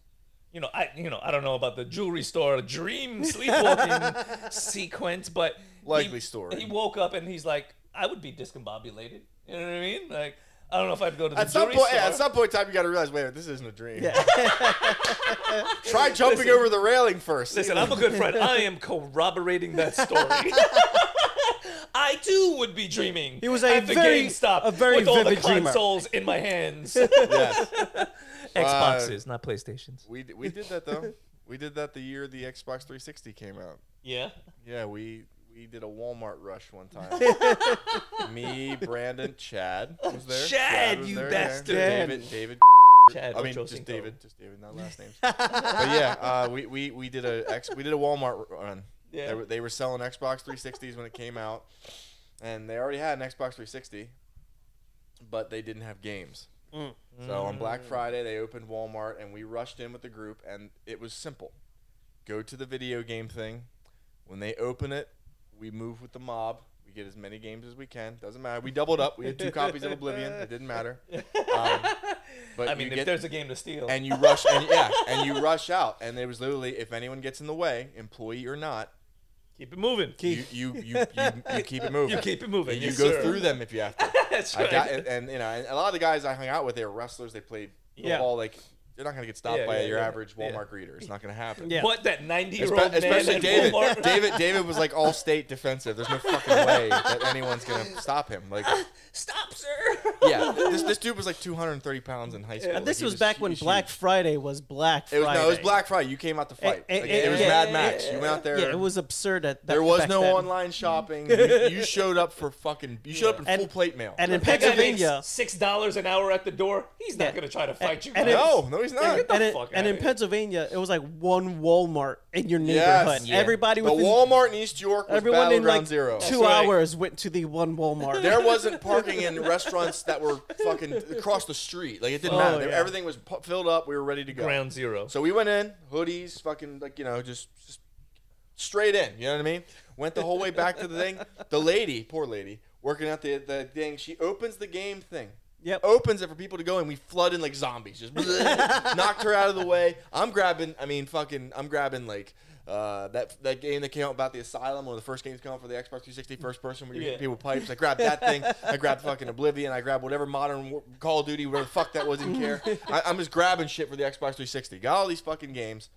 [SPEAKER 2] you know, I you know I don't know about the jewelry store dream sleepwalking sequence, but he-
[SPEAKER 4] Likely story.
[SPEAKER 2] He woke up and he's like, I would be discombobulated. You know what I mean? Like I don't know if I'd go to the
[SPEAKER 4] At some
[SPEAKER 2] jewelry
[SPEAKER 4] point,
[SPEAKER 2] store.
[SPEAKER 4] yeah, at some point in time, you got to realize, wait, a minute, this isn't a dream. Try jumping over the railing first.
[SPEAKER 2] Listen, I'm a good friend. I am corroborating that story. I too would be dreaming. He
[SPEAKER 3] was a
[SPEAKER 2] at the
[SPEAKER 3] very-
[SPEAKER 2] GameStop
[SPEAKER 3] a very
[SPEAKER 2] with all the
[SPEAKER 3] vivid dreamer.
[SPEAKER 2] consoles in my hands.
[SPEAKER 4] yes.
[SPEAKER 2] Xboxes, not PlayStations.
[SPEAKER 4] We d- we did that though. we did that the year the Xbox 360 came out.
[SPEAKER 2] Yeah.
[SPEAKER 4] Yeah, we we did a Walmart rush one time. Me, Brandon, Chad was there.
[SPEAKER 2] Chad,
[SPEAKER 4] was
[SPEAKER 2] you
[SPEAKER 4] there,
[SPEAKER 2] bastard.
[SPEAKER 4] Yeah. David, David.
[SPEAKER 2] Chad
[SPEAKER 4] I mean,
[SPEAKER 2] Ochocinco.
[SPEAKER 4] just David, just David, not last names. but yeah, uh, we, we we did a X, we did a Walmart run.
[SPEAKER 2] Yeah.
[SPEAKER 4] They were, they were selling Xbox 360s when it came out, and they already had an Xbox 360, but they didn't have games.
[SPEAKER 2] Mm.
[SPEAKER 4] So on Black Friday, they opened Walmart, and we rushed in with the group, and it was simple: go to the video game thing. When they open it, we move with the mob. We get as many games as we can. Doesn't matter. We doubled up. We had two copies of Oblivion. It didn't matter. Um, but
[SPEAKER 2] I
[SPEAKER 4] you
[SPEAKER 2] mean, if
[SPEAKER 4] get-
[SPEAKER 2] there's a game to steal.
[SPEAKER 4] and you rush and yeah and you rush out and there was literally if anyone gets in the way employee or not
[SPEAKER 2] keep it moving.
[SPEAKER 4] you you you, you, you keep it moving
[SPEAKER 2] You keep it moving.
[SPEAKER 4] and you
[SPEAKER 2] yes,
[SPEAKER 4] go
[SPEAKER 2] sir.
[SPEAKER 4] through them if you have to
[SPEAKER 2] That's
[SPEAKER 4] I
[SPEAKER 2] right.
[SPEAKER 4] got, and, and, you know and a lot of the guys i hung out with they were wrestlers they played
[SPEAKER 2] Yeah.
[SPEAKER 4] football like they're not going to get stopped
[SPEAKER 2] Yeah,
[SPEAKER 4] by
[SPEAKER 2] yeah,
[SPEAKER 4] your
[SPEAKER 2] yeah.
[SPEAKER 4] average walmart
[SPEAKER 2] Yeah.
[SPEAKER 4] greeter it's not going to happen
[SPEAKER 3] Yeah.
[SPEAKER 2] What that 90 year
[SPEAKER 4] Espe-
[SPEAKER 2] old man
[SPEAKER 4] especially
[SPEAKER 2] at
[SPEAKER 4] David.
[SPEAKER 2] Walmart?
[SPEAKER 4] David. David was like all state defensive. There's no fucking way that anyone's gonna stop him. Like,
[SPEAKER 2] Stop, sir.
[SPEAKER 4] yeah, this, this dude was like 230 pounds in high school. Like,
[SPEAKER 3] This
[SPEAKER 4] he
[SPEAKER 3] was, back
[SPEAKER 4] he
[SPEAKER 3] when
[SPEAKER 4] huge.
[SPEAKER 3] Black Friday was Black
[SPEAKER 4] It
[SPEAKER 3] Friday.
[SPEAKER 4] was, no, it was Black Friday. You came out to fight.
[SPEAKER 3] Eh, eh,
[SPEAKER 4] Like,
[SPEAKER 3] eh,
[SPEAKER 4] it was
[SPEAKER 3] yeah,
[SPEAKER 4] Mad
[SPEAKER 3] eh,
[SPEAKER 4] Max. you went out there.
[SPEAKER 3] Yeah, it was absurd at that.
[SPEAKER 4] There was
[SPEAKER 3] back
[SPEAKER 4] no
[SPEAKER 3] then.
[SPEAKER 4] online shopping. you, you showed up for fucking. You showed up in
[SPEAKER 3] And-
[SPEAKER 4] full plate mail.
[SPEAKER 3] And in
[SPEAKER 2] That guy makes
[SPEAKER 3] Pennsylvania,
[SPEAKER 2] six dollars an hour at the door. He's not
[SPEAKER 3] Yeah.
[SPEAKER 2] gonna try to fight you.
[SPEAKER 3] and
[SPEAKER 2] guys.
[SPEAKER 3] it-
[SPEAKER 4] no, no, he's not.
[SPEAKER 2] get the
[SPEAKER 3] and, it-
[SPEAKER 2] fuck
[SPEAKER 3] and
[SPEAKER 2] outta
[SPEAKER 3] in
[SPEAKER 2] here.
[SPEAKER 3] Pennsylvania, it was like one Walmart in your
[SPEAKER 4] Yes.
[SPEAKER 3] neighborhood.
[SPEAKER 2] Yeah.
[SPEAKER 3] Everybody
[SPEAKER 4] the
[SPEAKER 3] within,
[SPEAKER 4] Walmart in East York was
[SPEAKER 3] everyone in
[SPEAKER 4] battleground
[SPEAKER 3] like
[SPEAKER 4] zero.
[SPEAKER 3] two
[SPEAKER 2] right.
[SPEAKER 3] hours went to the one Walmart.
[SPEAKER 4] there wasn't parking in restaurants that were fucking across the street. Like it didn't
[SPEAKER 3] Oh,
[SPEAKER 4] matter. They-
[SPEAKER 3] yeah.
[SPEAKER 4] Everything was pu- filled up. We were ready to go.
[SPEAKER 2] Ground zero.
[SPEAKER 4] So we went in, hoodies, fucking like you know, just just straight in. You know what I mean? Went the whole way back to the thing. The lady, poor lady, working out the the thing. She opens the game thing.
[SPEAKER 3] Yep.
[SPEAKER 4] Opens it for people to go, and we flood in like zombies. Just knocked her out of the way. I'm grabbing. I mean, fucking. I'm grabbing like. Uh, that that game that came out about the asylum, one of the first games come out for the Xbox 360, first person where you
[SPEAKER 2] Yeah.
[SPEAKER 4] hit people with pipes. I grabbed that thing. I grabbed fucking Oblivion. I grabbed whatever modern war- Call of Duty, whatever the fuck that was. Didn't care. I, I'm just grabbing shit for the Xbox 360. Got all these fucking games.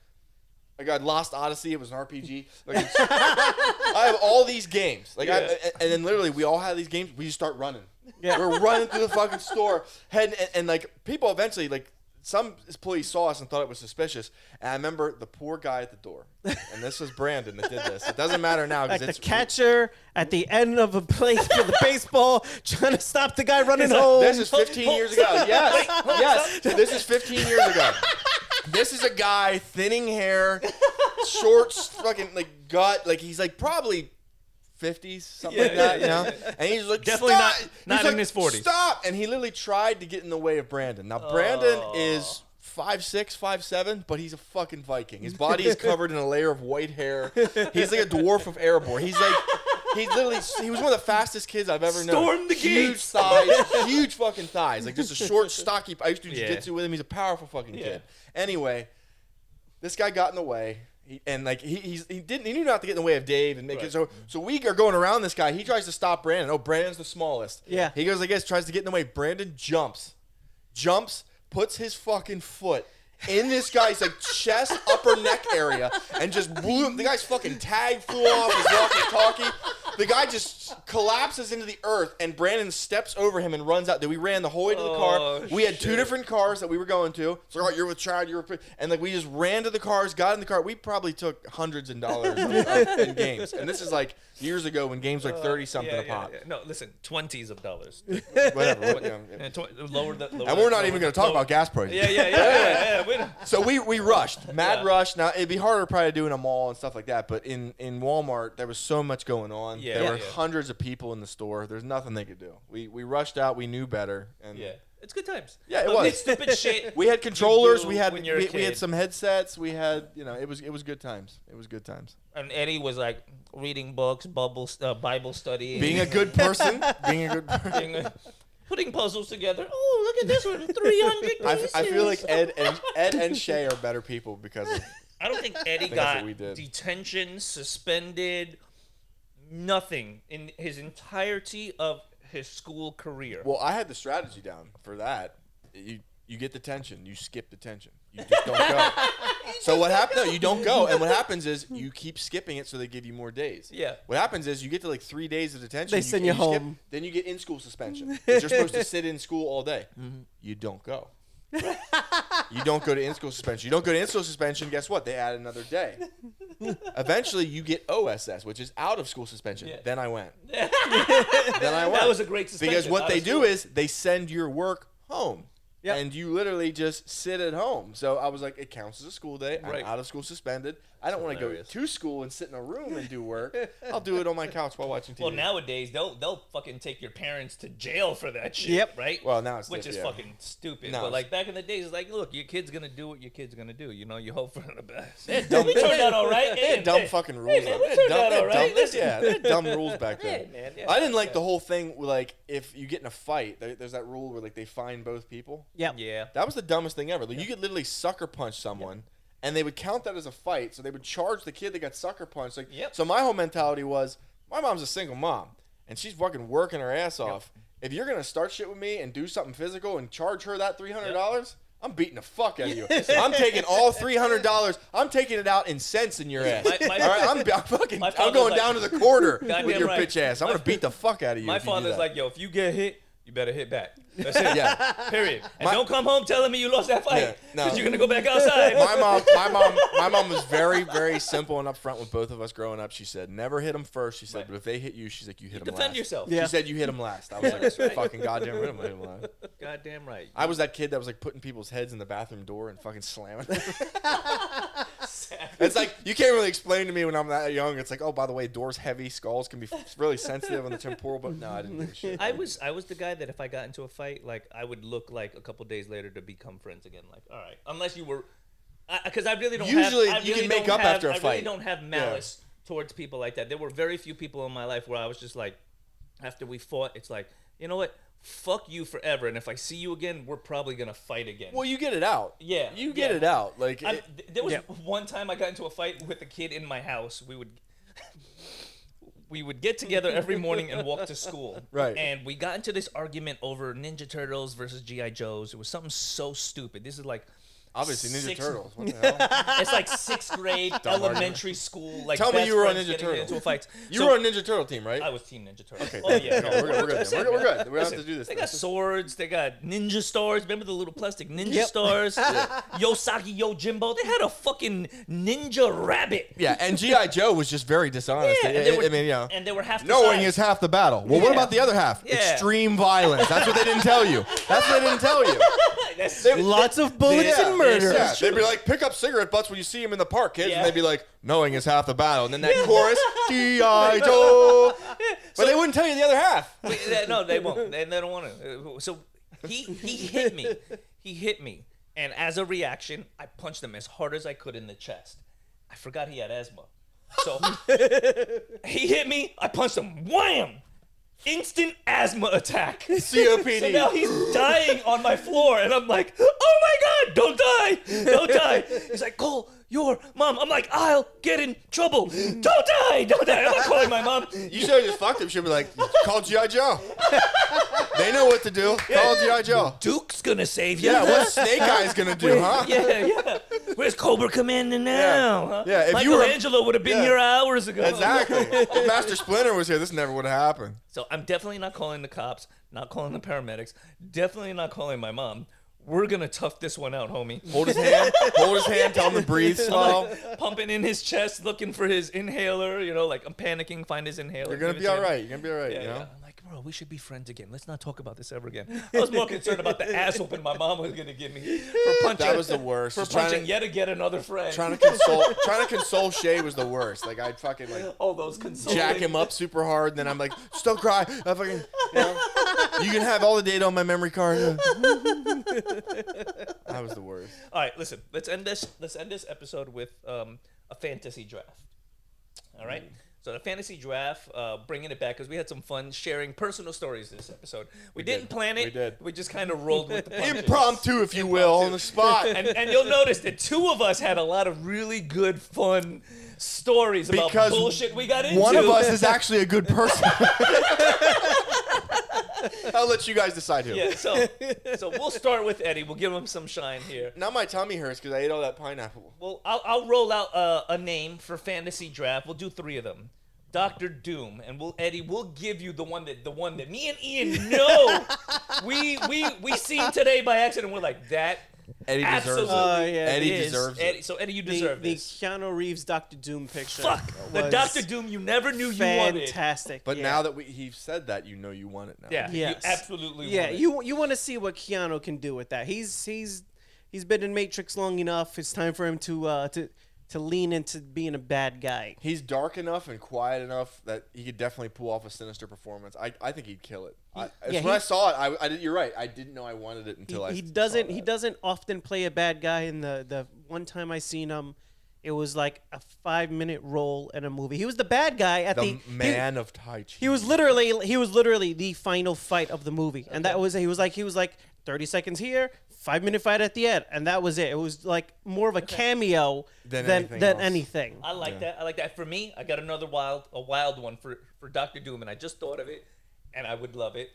[SPEAKER 4] I got Lost Odyssey. It was an RPG. Like, it's- I have all these games. Like, I,
[SPEAKER 2] Yeah.
[SPEAKER 4] and then literally we all had these games. We just start running.
[SPEAKER 3] Yeah.
[SPEAKER 4] We're running through the fucking store, heading and, and like people eventually like some employees saw us and thought it was suspicious. And I remember the poor guy at the door, and this was Brandon that did this. It doesn't matter now because
[SPEAKER 3] Like the
[SPEAKER 4] it's
[SPEAKER 3] catcher at the end of a play for the baseball, trying to stop the guy running
[SPEAKER 2] like,
[SPEAKER 3] home.
[SPEAKER 4] This is 15 years ago. Yes, yes. This is 15 years ago. This is a guy, thinning hair, shorts, fucking like gut, like he's like probably 50s, something like
[SPEAKER 2] Yeah,
[SPEAKER 4] that,
[SPEAKER 2] yeah,
[SPEAKER 4] you know. And he's like,
[SPEAKER 2] Definitely
[SPEAKER 4] "Stop!"
[SPEAKER 2] not- not
[SPEAKER 4] He's
[SPEAKER 2] in
[SPEAKER 4] like,
[SPEAKER 2] his 40s.
[SPEAKER 4] Stop! And he literally tried to get in the way of Brandon. Now Brandon
[SPEAKER 2] Oh.
[SPEAKER 4] is. Five six, five seven, but he's a fucking Viking. His body is covered in a layer of white hair. He's like a dwarf of Erebor. He's like, he's literally, he was one of the fastest kids I've ever known.
[SPEAKER 2] Storm the
[SPEAKER 4] Huge
[SPEAKER 2] gates.
[SPEAKER 4] thighs, huge fucking thighs. Like just a short, stocky. I used to do
[SPEAKER 2] Yeah.
[SPEAKER 4] jiu-jitsu with him. He's a powerful fucking
[SPEAKER 2] Yeah.
[SPEAKER 4] kid. Anyway, this guy got in the way. He, and like he he's, he didn't he knew not to get in the way of Dave and make
[SPEAKER 2] Right.
[SPEAKER 4] it so so we are going around this guy. He tries to stop Brandon. Oh, Brandon's the smallest.
[SPEAKER 3] Yeah.
[SPEAKER 4] He goes like this, tries to get in the way. Brandon jumps, jumps, puts his fucking foot in this guy's like chest, upper neck area, and just blew him. The guy's fucking tag flew off his walkie-talkie. The guy just collapses into the earth, and Brandon steps over him and runs out. Dude, we ran the whole way to the
[SPEAKER 2] Oh,
[SPEAKER 4] car. We had two
[SPEAKER 2] shit.
[SPEAKER 4] different cars that we were going to. So, oh, you're with Chad, you're with, and like we just ran to the cars, got in the car. We probably took hundreds and dollars in, in games, and this is like years ago when games were like thirty something
[SPEAKER 2] Uh, Yeah,
[SPEAKER 4] a
[SPEAKER 2] yeah,
[SPEAKER 4] pop.
[SPEAKER 2] yeah. No, listen, twenties of dollars.
[SPEAKER 4] Whatever. what- yeah, yeah.
[SPEAKER 2] Yeah, tw- lower the, lower
[SPEAKER 4] And we're not
[SPEAKER 2] lower-
[SPEAKER 4] even going to talk
[SPEAKER 2] lower-
[SPEAKER 4] about gas prices.
[SPEAKER 2] Yeah, yeah, yeah, yeah. yeah, we don't-
[SPEAKER 4] So we, we rushed, mad
[SPEAKER 2] Yeah.
[SPEAKER 4] rush. Now it'd be harder probably to do in a mall and stuff like that, but in, in Walmart there was so much going on.
[SPEAKER 2] Yeah,
[SPEAKER 4] there were
[SPEAKER 2] yeah.
[SPEAKER 4] hundreds of people in the store. There's nothing they could do. We we rushed out. We knew better. And
[SPEAKER 2] yeah, it's good times.
[SPEAKER 4] Yeah, it
[SPEAKER 2] Look,
[SPEAKER 4] was.
[SPEAKER 2] this Stupid shit.
[SPEAKER 4] we had controllers. We had
[SPEAKER 2] when you're a
[SPEAKER 4] we, we had
[SPEAKER 2] kid.
[SPEAKER 4] some headsets. We had you know it was it was good times. It was good times.
[SPEAKER 2] and Eddie was like reading books, bubble, st- uh, Bible study,
[SPEAKER 4] Being a good person. being a good. person.
[SPEAKER 2] Being a- putting puzzles together. Oh, look at this one, three hundred
[SPEAKER 4] I,
[SPEAKER 2] pieces.
[SPEAKER 4] f- I feel like Ed and Ed and Shay are better people because of,
[SPEAKER 2] I don't think Eddie
[SPEAKER 4] that's what
[SPEAKER 2] got
[SPEAKER 4] we did.
[SPEAKER 2] detention, suspended, nothing in his entirety of his school career.
[SPEAKER 4] well I had the strategy down for that. You you get the tension. You skip the tension. You just don't go. so what happens? No, you don't go. And what happens is you keep skipping it, so they give you more days.
[SPEAKER 2] Yeah.
[SPEAKER 4] What happens is you get to like three days of detention.
[SPEAKER 3] They send you
[SPEAKER 4] skip,
[SPEAKER 3] home.
[SPEAKER 4] then you get in school suspension. 'cause You're supposed to sit in school all day.
[SPEAKER 2] Mm-hmm.
[SPEAKER 4] You don't go. you don't go to in school suspension. You don't go to in school suspension. Guess what? They add another day. Eventually, you get OSS, which is out of school suspension.
[SPEAKER 2] Yeah.
[SPEAKER 4] Then I went. then I went.
[SPEAKER 2] that was a great suspension.
[SPEAKER 4] Because what
[SPEAKER 2] out of
[SPEAKER 4] they do
[SPEAKER 2] school.
[SPEAKER 4] is they send your work home.
[SPEAKER 3] Yep.
[SPEAKER 4] And you literally just sit at home. So I was like, it counts as a school day.
[SPEAKER 2] Right.
[SPEAKER 4] I'm out of school suspended. I don't want to go
[SPEAKER 2] Hilarious.
[SPEAKER 4] to school and sit in a room and do work. I'll do it on my couch while watching TV.
[SPEAKER 2] Well, nowadays they'll they'll fucking take your parents to jail for that shit.
[SPEAKER 3] Yep.
[SPEAKER 2] Right.
[SPEAKER 4] Well, now it's
[SPEAKER 2] which
[SPEAKER 4] diff-
[SPEAKER 2] is
[SPEAKER 4] yeah.
[SPEAKER 2] fucking stupid.
[SPEAKER 4] Now
[SPEAKER 2] but
[SPEAKER 4] it's-
[SPEAKER 2] like back in the days, it's like, look, your kid's gonna do what your kid's gonna do. You know, you hope for the best. we turned out all right. Hey,
[SPEAKER 4] dumb
[SPEAKER 2] hey,
[SPEAKER 4] fucking
[SPEAKER 2] hey,
[SPEAKER 4] rules.
[SPEAKER 2] man,
[SPEAKER 4] out-
[SPEAKER 2] we
[SPEAKER 4] they had
[SPEAKER 2] turned
[SPEAKER 4] dumb,
[SPEAKER 2] out
[SPEAKER 4] they had
[SPEAKER 2] all right.
[SPEAKER 4] dumb- they-
[SPEAKER 2] Listen.
[SPEAKER 4] yeah, they had dumb rules back then.
[SPEAKER 2] Yeah, man, yeah.
[SPEAKER 4] I didn't like the whole thing. Like, if you get in a fight, there, there's that rule where like they fine both people.
[SPEAKER 3] Yep.
[SPEAKER 2] Yeah.
[SPEAKER 4] That was the dumbest thing ever. Like, You could literally sucker punch someone, and they would count that as a fight. So they would charge the kid that got sucker punched. Like,
[SPEAKER 2] Yep.
[SPEAKER 4] so my whole mentality was, my mom's a single mom, and she's fucking working her ass off. If you're gonna start shit with me and do something physical and charge her that three hundred dollars. I'm beating the fuck out of you. I'm taking all three hundred dollars. I'm taking it out in cents in your ass.
[SPEAKER 2] my- my-
[SPEAKER 4] all right, I'm, I'm fucking.
[SPEAKER 2] my
[SPEAKER 4] I'm
[SPEAKER 2] father's
[SPEAKER 4] going
[SPEAKER 2] like-
[SPEAKER 4] down to the quarter with
[SPEAKER 2] Goddamn
[SPEAKER 4] your
[SPEAKER 2] right.
[SPEAKER 4] bitch ass. I'm
[SPEAKER 2] My-
[SPEAKER 4] gonna beat the fuck out of you.
[SPEAKER 2] My
[SPEAKER 4] if you do
[SPEAKER 2] father's
[SPEAKER 4] that.
[SPEAKER 2] like, yo, if you get hit, you better hit back. That's it.
[SPEAKER 4] yeah.
[SPEAKER 2] Period. And
[SPEAKER 4] My-
[SPEAKER 2] don't come home telling me you lost that
[SPEAKER 4] Yeah,
[SPEAKER 2] fight
[SPEAKER 4] no.
[SPEAKER 2] because you're gonna go back outside.
[SPEAKER 4] my mom, my mom, my mom was very, very simple and upfront with both of us growing up. She said, "Never hit them first. She said,
[SPEAKER 2] Right.
[SPEAKER 4] "But if they hit you, she's like, you hit them
[SPEAKER 2] Defend
[SPEAKER 4] last."
[SPEAKER 2] yourself.
[SPEAKER 3] Yeah.
[SPEAKER 4] She said, "You hit them last." I was like,
[SPEAKER 2] that's right.
[SPEAKER 4] "Fucking goddamn right, I'm gonna hit 'em last."
[SPEAKER 2] Goddamn right.
[SPEAKER 4] I was that kid that was like putting people's heads in the bathroom door and fucking slamming. it's like you can't really explain to me when I'm that young. It's like, oh, by the way, doors heavy, skulls can be f- really sensitive on the temporal. But no, I didn't give a shit.
[SPEAKER 2] I was I was the guy that if I got into a fight, like I would look like a couple days later to become friends again. Like, all right, unless you were, because I, really don't. have-
[SPEAKER 4] Usually
[SPEAKER 2] I
[SPEAKER 4] you can
[SPEAKER 2] really
[SPEAKER 4] make
[SPEAKER 2] don't
[SPEAKER 4] up
[SPEAKER 2] have-
[SPEAKER 4] after a
[SPEAKER 2] I really
[SPEAKER 4] fight.
[SPEAKER 2] don't have malice towards people like that. There were very few people in my life where I was just like, after we fought, it's like, you know what, fuck you forever, and if I see you again, we're probably gonna fight again.
[SPEAKER 4] Well, you get it out.
[SPEAKER 2] Yeah,
[SPEAKER 4] you get
[SPEAKER 2] yeah.
[SPEAKER 4] it out. Like
[SPEAKER 2] I'm,
[SPEAKER 4] it-
[SPEAKER 2] th- there was
[SPEAKER 3] Yeah.
[SPEAKER 2] one time I got into a fight with a kid in my house. We would we would get together every morning and walk to school.
[SPEAKER 4] Right.
[SPEAKER 2] And we got into this argument over Ninja Turtles versus GI Joes. It was something so stupid. This is like
[SPEAKER 4] Obviously, Ninja
[SPEAKER 2] Six-
[SPEAKER 4] Turtles. What the hell?
[SPEAKER 2] It's like sixth grade,
[SPEAKER 4] Dumb
[SPEAKER 2] elementary school. Like
[SPEAKER 4] Tell me
[SPEAKER 2] best
[SPEAKER 4] you were on
[SPEAKER 2] friends
[SPEAKER 4] Ninja
[SPEAKER 2] getting
[SPEAKER 4] Turtles.
[SPEAKER 2] Into a fight.
[SPEAKER 4] You
[SPEAKER 2] So-
[SPEAKER 4] were on Ninja Turtle team, right?
[SPEAKER 2] I was Team Ninja Turtle.
[SPEAKER 4] Okay.
[SPEAKER 2] Oh yeah.
[SPEAKER 4] No, we're, good- we're good. then. We're, we're good. We don't have to do this.
[SPEAKER 2] They got
[SPEAKER 4] This is-
[SPEAKER 2] swords. They got ninja stars. Remember the little plastic ninja
[SPEAKER 3] Yep.
[SPEAKER 2] stars? Yosaki Yojimbo. They had a fucking ninja rabbit.
[SPEAKER 4] yeah, and GI Joe was just very dishonest.
[SPEAKER 2] Yeah,
[SPEAKER 4] It-
[SPEAKER 2] and
[SPEAKER 4] it-
[SPEAKER 2] they were-
[SPEAKER 4] I mean, you know,
[SPEAKER 2] And they were half. the
[SPEAKER 4] knowing
[SPEAKER 2] size.
[SPEAKER 4] is half the battle. Well, what
[SPEAKER 2] Yeah.
[SPEAKER 4] about the other half?
[SPEAKER 2] Yeah.
[SPEAKER 4] Extreme violence. That's what they didn't tell you. That's what they didn't tell you.
[SPEAKER 2] That's-
[SPEAKER 3] Lots of bullets
[SPEAKER 4] Yeah,
[SPEAKER 3] and murder.
[SPEAKER 4] Yeah, they'd be like, pick up cigarette butts when you see him in the park, kids.
[SPEAKER 2] Yeah.
[SPEAKER 4] And they'd be like, knowing is half the battle. And then that chorus, G.I. Joe. But they wouldn't tell you the other half.
[SPEAKER 2] Yeah, no, they won't. They, they don't want to. So he he hit me. He hit me, and as a reaction, I punched him as hard as I could in the chest. I forgot he had asthma. So he hit me. I punched him. Wham! Instant asthma attack.
[SPEAKER 4] COPD.
[SPEAKER 2] So now he's dying on my floor, and I'm like, oh my god, don't die, don't die. He's like, call your mom. I'm like, I'll get in trouble. Don't die, don't die. I'm not calling my mom.
[SPEAKER 4] you should have just fucked him. She'd be like, call G.I. Joe. they know what to do. Call G.I. Joe.
[SPEAKER 2] Duke's gonna save you.
[SPEAKER 4] Yeah, what's Snake Eyes going to do, huh?
[SPEAKER 2] yeah, yeah. Where's Cobra Commander now? huh?
[SPEAKER 4] Yeah, if you were-
[SPEAKER 2] Michelangelo would have been
[SPEAKER 4] Yeah.
[SPEAKER 2] here hours ago.
[SPEAKER 4] Exactly. If Master Splinter was here, this never would have happened.
[SPEAKER 2] So I'm definitely not calling the cops, not calling the paramedics, definitely not calling my mom. We're gonna tough this one out, homie.
[SPEAKER 4] Hold his hand. Hold his hand. Tell him to breathe slow.
[SPEAKER 2] Pumping in his chest, looking for his inhaler. You know, like I'm panicking, find his inhaler.
[SPEAKER 4] You're going
[SPEAKER 2] give
[SPEAKER 4] to
[SPEAKER 2] it
[SPEAKER 4] be all
[SPEAKER 2] him.
[SPEAKER 4] right. You're going to be all right,
[SPEAKER 2] Yeah,
[SPEAKER 4] you
[SPEAKER 2] yeah.
[SPEAKER 4] know?
[SPEAKER 2] I'm like, bro, we should be friends again. Let's not talk about this ever again. I was more concerned about the ass whooping my mom was gonna give me for punching.
[SPEAKER 4] That was the worst.
[SPEAKER 2] for
[SPEAKER 4] Just trying to-
[SPEAKER 2] punching yet again another friend.
[SPEAKER 4] Trying to console, trying to console Shay was the worst. Like I'd fucking like
[SPEAKER 2] all those consoling.
[SPEAKER 4] jack him up super hard, and then I'm like, just don't cry. I fucking, you, know, you can have all the data on my memory card. that was the worst.
[SPEAKER 2] All right, listen. Let's end this. Let's end this episode with um, a fantasy draft. All right.
[SPEAKER 4] Mm.
[SPEAKER 2] So the fantasy draft, uh, bringing it back because we had some fun sharing personal stories this episode. We, didn't plan it.
[SPEAKER 4] We did.
[SPEAKER 2] We just kind of rolled with the punches.
[SPEAKER 4] Impromptu, if you will, on the spot.
[SPEAKER 2] And, and you'll notice that two of us had a lot of really good, fun stories about
[SPEAKER 4] Because
[SPEAKER 2] bullshit we got into.
[SPEAKER 4] One of us is actually a good person. I'll let you guys decide who.
[SPEAKER 2] Yeah. So, so we'll start with Eddie. We'll give him some shine here.
[SPEAKER 4] Now my tummy hurts because I ate all that pineapple.
[SPEAKER 2] Well, I'll, I'll roll out uh, a name for fantasy draft. We'll do three of them. Doctor Doom, and we'll Eddie. We'll give you the one that the one that me and Ian know. we we we seen today by accident. We're like that.
[SPEAKER 4] Eddie
[SPEAKER 2] absolutely
[SPEAKER 4] deserves it.
[SPEAKER 3] Oh, yeah,
[SPEAKER 4] Eddie
[SPEAKER 2] Uh, is-
[SPEAKER 4] deserves it.
[SPEAKER 2] Eddie- So Eddie, you
[SPEAKER 3] The,
[SPEAKER 2] deserve
[SPEAKER 3] the
[SPEAKER 2] this.
[SPEAKER 3] Keanu Reeves Doctor Doom picture.
[SPEAKER 2] Fuck the
[SPEAKER 3] was
[SPEAKER 2] Doctor Doom. You never knew you wanted.
[SPEAKER 3] Fantastic.
[SPEAKER 4] But
[SPEAKER 3] yeah.
[SPEAKER 4] now that we, he said that, you know you want it now.
[SPEAKER 2] Yeah,
[SPEAKER 3] Yes.
[SPEAKER 2] you absolutely.
[SPEAKER 3] Yeah,
[SPEAKER 2] wanted.
[SPEAKER 3] you you want to see what Keanu can do with that. He's he's he's been in Matrix long enough. It's time for him to uh to to lean into being a bad guy.
[SPEAKER 4] He's dark enough and quiet enough that he could definitely pull off a sinister performance. I, I think he'd kill it. I, it's
[SPEAKER 3] yeah,
[SPEAKER 4] when
[SPEAKER 3] he-
[SPEAKER 4] I saw it, I, I did, you're right. I didn't know I wanted it
[SPEAKER 3] He,
[SPEAKER 4] until I.
[SPEAKER 3] he
[SPEAKER 4] saw
[SPEAKER 3] doesn't he
[SPEAKER 4] that.
[SPEAKER 3] doesn't often play a bad guy. In the the one time I seen him, it was like a five minute role in a movie. He was the bad guy at
[SPEAKER 4] The
[SPEAKER 3] the,
[SPEAKER 4] m-
[SPEAKER 3] he-
[SPEAKER 4] man of Tai Chi.
[SPEAKER 3] He was literally he was literally the final fight of the movie, and that was he was like he was like thirty seconds here, five minute fight at the end, and that was it. It was like more of a cameo
[SPEAKER 4] Than
[SPEAKER 3] than than
[SPEAKER 4] anything
[SPEAKER 3] anything.
[SPEAKER 4] else.
[SPEAKER 2] I like that. I like that. For me, I got another wild, a wild one for for Doctor Doom, and I just thought of it, and I would love it.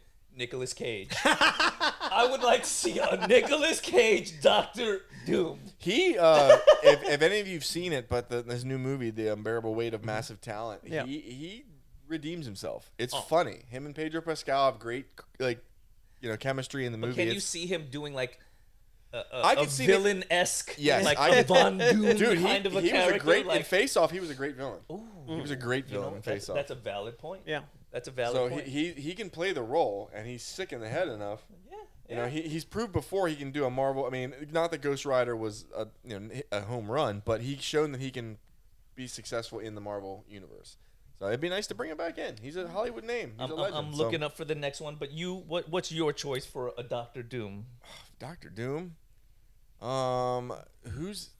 [SPEAKER 2] Nicolas Cage. I would like to see a Nicolas Cage Doctor Doom.
[SPEAKER 4] He, uh, if, if any of you've seen it, but the, this new movie, The Unbearable Weight of Massive Talent,
[SPEAKER 3] Yeah.
[SPEAKER 4] he, he redeems himself. It's funny. Him and Pedro Pascal have great, like, you know, chemistry in the movie.
[SPEAKER 2] Can you
[SPEAKER 4] It's-
[SPEAKER 2] see him doing like a, a,
[SPEAKER 4] I could
[SPEAKER 2] a
[SPEAKER 4] see Nic-
[SPEAKER 2] villain esque,
[SPEAKER 4] Yes,
[SPEAKER 2] like
[SPEAKER 4] I
[SPEAKER 2] a
[SPEAKER 4] could-
[SPEAKER 2] Von Doom
[SPEAKER 4] Dude, he,
[SPEAKER 2] kind of a
[SPEAKER 4] he was
[SPEAKER 2] character?
[SPEAKER 4] a great in
[SPEAKER 2] like,
[SPEAKER 4] Face Off. He was a great villain. he was a great
[SPEAKER 2] you know,
[SPEAKER 4] villain in
[SPEAKER 2] that's,
[SPEAKER 4] Face Off.
[SPEAKER 2] that's a valid point.
[SPEAKER 3] Yeah.
[SPEAKER 2] that's a valid
[SPEAKER 4] So he,
[SPEAKER 2] point.
[SPEAKER 4] he he can play the role, and he's sick in the head enough.
[SPEAKER 2] yeah,
[SPEAKER 4] You know, he, he's proved before he can do a Marvel. I mean, not that Ghost Rider was a you know a home run, but he's shown that he can be successful in the Marvel universe. So it'd be nice to bring him back in. He's a Hollywood name. He's
[SPEAKER 2] I'm,
[SPEAKER 4] a
[SPEAKER 2] I'm-
[SPEAKER 4] legend.
[SPEAKER 2] I'm looking up for the next one, but you, what what's your choice for a Doctor Doom?
[SPEAKER 4] Doctor Doom. Um, who's?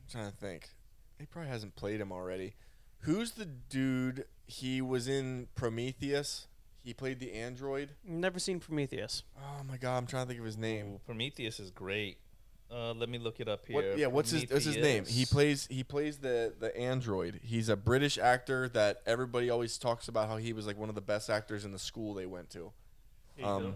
[SPEAKER 4] I'm trying to think. He probably hasn't played him already. Who's the dude? He was in Prometheus. He played the android.
[SPEAKER 3] Never seen Prometheus.
[SPEAKER 4] Oh my god, I'm trying to think of his name.
[SPEAKER 2] Prometheus is great. Uh, let me look it up here.
[SPEAKER 4] What, yeah, what's his what's his name? He
[SPEAKER 2] Prometheus.
[SPEAKER 4] plays he plays the the android. He's a British actor that everybody always talks about how he was like one of the best actors in the school they went to.
[SPEAKER 2] Here you go.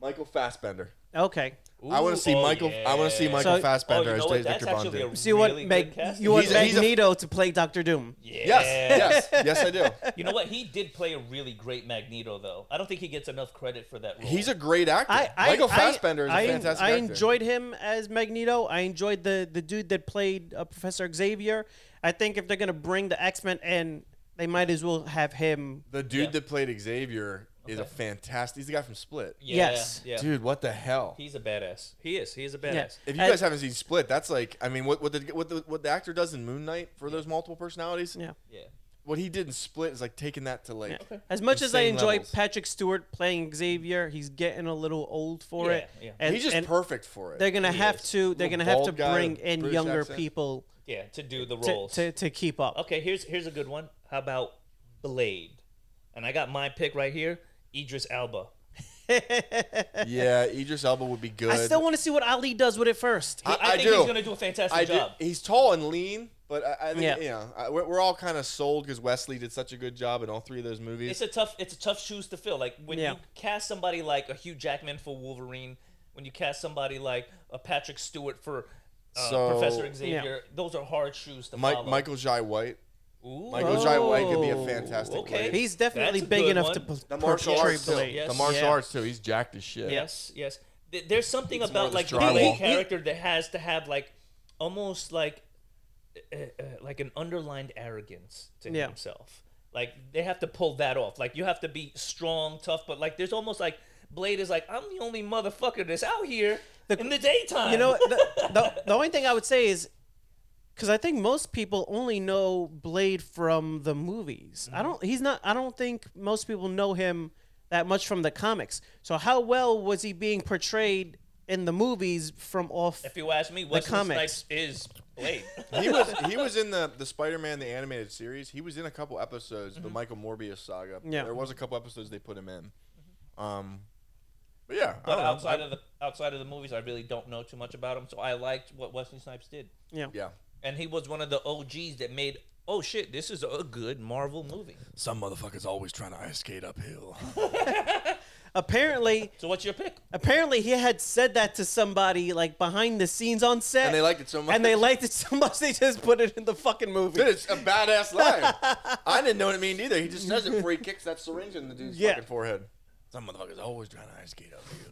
[SPEAKER 4] Michael Fassbender.
[SPEAKER 3] Okay.
[SPEAKER 4] I want
[SPEAKER 2] Ooh,
[SPEAKER 4] to see
[SPEAKER 2] oh,
[SPEAKER 4] Michael. I want to see
[SPEAKER 2] yeah.
[SPEAKER 4] Michael
[SPEAKER 3] So-
[SPEAKER 2] Oh,
[SPEAKER 4] Fassbender
[SPEAKER 2] you know
[SPEAKER 4] as
[SPEAKER 2] what?
[SPEAKER 4] Dick-
[SPEAKER 2] That's
[SPEAKER 4] Victor Von
[SPEAKER 2] actually
[SPEAKER 4] Doom.
[SPEAKER 2] a
[SPEAKER 3] So you want
[SPEAKER 2] really
[SPEAKER 3] Mag-
[SPEAKER 2] good casting.
[SPEAKER 3] you want
[SPEAKER 4] He's a- he's a-
[SPEAKER 3] Magneto to play Doctor Doom?
[SPEAKER 2] yeah.
[SPEAKER 4] Yes, yes, yes, I do.
[SPEAKER 2] You know what? He did play a really great Magneto, though. I don't think he gets enough credit for that role.
[SPEAKER 4] He's a great actor.
[SPEAKER 3] I, I
[SPEAKER 4] Michael
[SPEAKER 3] I-
[SPEAKER 4] Fassbender is a
[SPEAKER 3] I-
[SPEAKER 4] fantastic
[SPEAKER 3] I
[SPEAKER 4] actor.
[SPEAKER 3] enjoyed him as Magneto. I enjoyed the the dude that played uh, Professor Xavier. I think if they're gonna bring the X Men in, they might as well have him.
[SPEAKER 4] the dude
[SPEAKER 2] Yeah.
[SPEAKER 4] that played Xavier is a fantastic. He's the guy from Split.
[SPEAKER 2] yeah,
[SPEAKER 3] yes.
[SPEAKER 2] Yeah.
[SPEAKER 4] Dude, what the hell?
[SPEAKER 2] He's a badass. He is. He is a badass.
[SPEAKER 3] Yeah.
[SPEAKER 4] If you
[SPEAKER 3] I-
[SPEAKER 4] guys haven't seen Split, that's like I mean, what what the what the, what the actor does in Moon Knight for those multiple personalities,
[SPEAKER 3] Yeah.
[SPEAKER 2] Yeah.
[SPEAKER 4] what he did in Split is like taking that to like.
[SPEAKER 3] Yeah. As much as I
[SPEAKER 4] Insane
[SPEAKER 3] enjoy
[SPEAKER 4] levels.
[SPEAKER 3] Patrick Stewart playing Xavier, he's getting a little old for
[SPEAKER 2] Yeah,
[SPEAKER 3] it.
[SPEAKER 2] yeah.
[SPEAKER 3] And,
[SPEAKER 4] He's just
[SPEAKER 3] and
[SPEAKER 4] perfect for it.
[SPEAKER 3] they're gonna
[SPEAKER 2] He
[SPEAKER 3] have
[SPEAKER 2] is.
[SPEAKER 3] to. They're
[SPEAKER 4] Little
[SPEAKER 3] gonna have
[SPEAKER 4] bald
[SPEAKER 3] to
[SPEAKER 4] guy with
[SPEAKER 3] bring
[SPEAKER 4] a
[SPEAKER 3] in
[SPEAKER 4] British
[SPEAKER 3] younger
[SPEAKER 4] accent.
[SPEAKER 3] people
[SPEAKER 2] Yeah. To do the
[SPEAKER 3] to,
[SPEAKER 2] roles.
[SPEAKER 3] to, to keep up.
[SPEAKER 2] Okay, here's here's a good one. How about Blade? And I got my pick right here, Idris Alba.
[SPEAKER 4] yeah, Idris Elba would be good.
[SPEAKER 3] I still want to see what Ali does with it first.
[SPEAKER 4] I-
[SPEAKER 2] I,
[SPEAKER 4] I
[SPEAKER 2] think
[SPEAKER 4] do.
[SPEAKER 2] he's gonna do a fantastic
[SPEAKER 4] I do,
[SPEAKER 2] job.
[SPEAKER 4] he's tall and lean, but I, I think
[SPEAKER 3] Yeah.
[SPEAKER 4] you know I, we're, we're all kind of sold because Wesley did such a good job in all three of those
[SPEAKER 2] It's
[SPEAKER 4] movies.
[SPEAKER 2] a tough it's a tough shoes to fill. Like when
[SPEAKER 3] Yeah.
[SPEAKER 2] you cast somebody like a Hugh Jackman for Wolverine, when you cast somebody like a Patrick Stewart for uh,
[SPEAKER 4] So-
[SPEAKER 2] Professor Xavier, those are hard shoes to
[SPEAKER 4] Mike,
[SPEAKER 2] follow.
[SPEAKER 4] Michael Jai White.
[SPEAKER 2] Ooh.
[SPEAKER 4] Michael Jai White could be
[SPEAKER 3] Oh,
[SPEAKER 4] a fantastic.
[SPEAKER 2] okay.
[SPEAKER 4] Blade.
[SPEAKER 3] He's definitely
[SPEAKER 2] That's a
[SPEAKER 3] big
[SPEAKER 2] good
[SPEAKER 3] enough
[SPEAKER 2] one.
[SPEAKER 3] to p-
[SPEAKER 4] the martial
[SPEAKER 3] portray
[SPEAKER 4] arts too.
[SPEAKER 3] Blade.
[SPEAKER 2] Yes.
[SPEAKER 4] The martial
[SPEAKER 3] Yeah.
[SPEAKER 4] arts too. He's jacked as shit.
[SPEAKER 2] Yes, yes. Th- There's something
[SPEAKER 4] It's more
[SPEAKER 2] about
[SPEAKER 4] the
[SPEAKER 2] like the
[SPEAKER 4] drywall.
[SPEAKER 2] main
[SPEAKER 4] He-
[SPEAKER 2] character that has to have like almost like uh, uh, like an underlined arrogance to
[SPEAKER 3] Yeah.
[SPEAKER 2] himself. Like they have to pull that off. Like you have to be strong, tough, but like there's almost like Blade is like I'm the only motherfucker that's out here in the daytime.
[SPEAKER 3] You know, the, the, the only thing I would say is because I think most people only know Blade from the movies.
[SPEAKER 4] Mm-hmm.
[SPEAKER 3] I don't. He's not. I don't think most people know him that much from the comics. So how well was he being portrayed in the movies from off?
[SPEAKER 2] if you ask me, Wesley
[SPEAKER 3] comics.
[SPEAKER 2] Snipes is Blade.
[SPEAKER 4] he was he was in the the Spider Man the animated series. He was in a couple episodes, the Michael Morbius saga.
[SPEAKER 3] Yeah.
[SPEAKER 4] there was a couple episodes they put him in. Um, but yeah, I
[SPEAKER 2] but
[SPEAKER 3] Oh.
[SPEAKER 4] don't know.
[SPEAKER 2] outside
[SPEAKER 4] I-
[SPEAKER 2] of the outside of the movies, I really don't know too much about him. So I liked what Wesley Snipes did.
[SPEAKER 3] yeah.
[SPEAKER 4] yeah,
[SPEAKER 2] and he was one of the OGs that made. Oh shit! This is a good Marvel movie.
[SPEAKER 4] some motherfuckers always trying to ice skate uphill.
[SPEAKER 3] Apparently,
[SPEAKER 2] So what's your pick?
[SPEAKER 3] apparently he had said that to somebody like behind the scenes on set,
[SPEAKER 4] And they liked it so much.
[SPEAKER 3] and they liked it so much they just put it in the fucking movie.
[SPEAKER 4] Dude, it's a badass line. I didn't know what it meant either. He just says it before he kicks that syringe in the dude's
[SPEAKER 3] Yeah.
[SPEAKER 4] fucking forehead. Some motherfuckers always trying to ice skate uphill.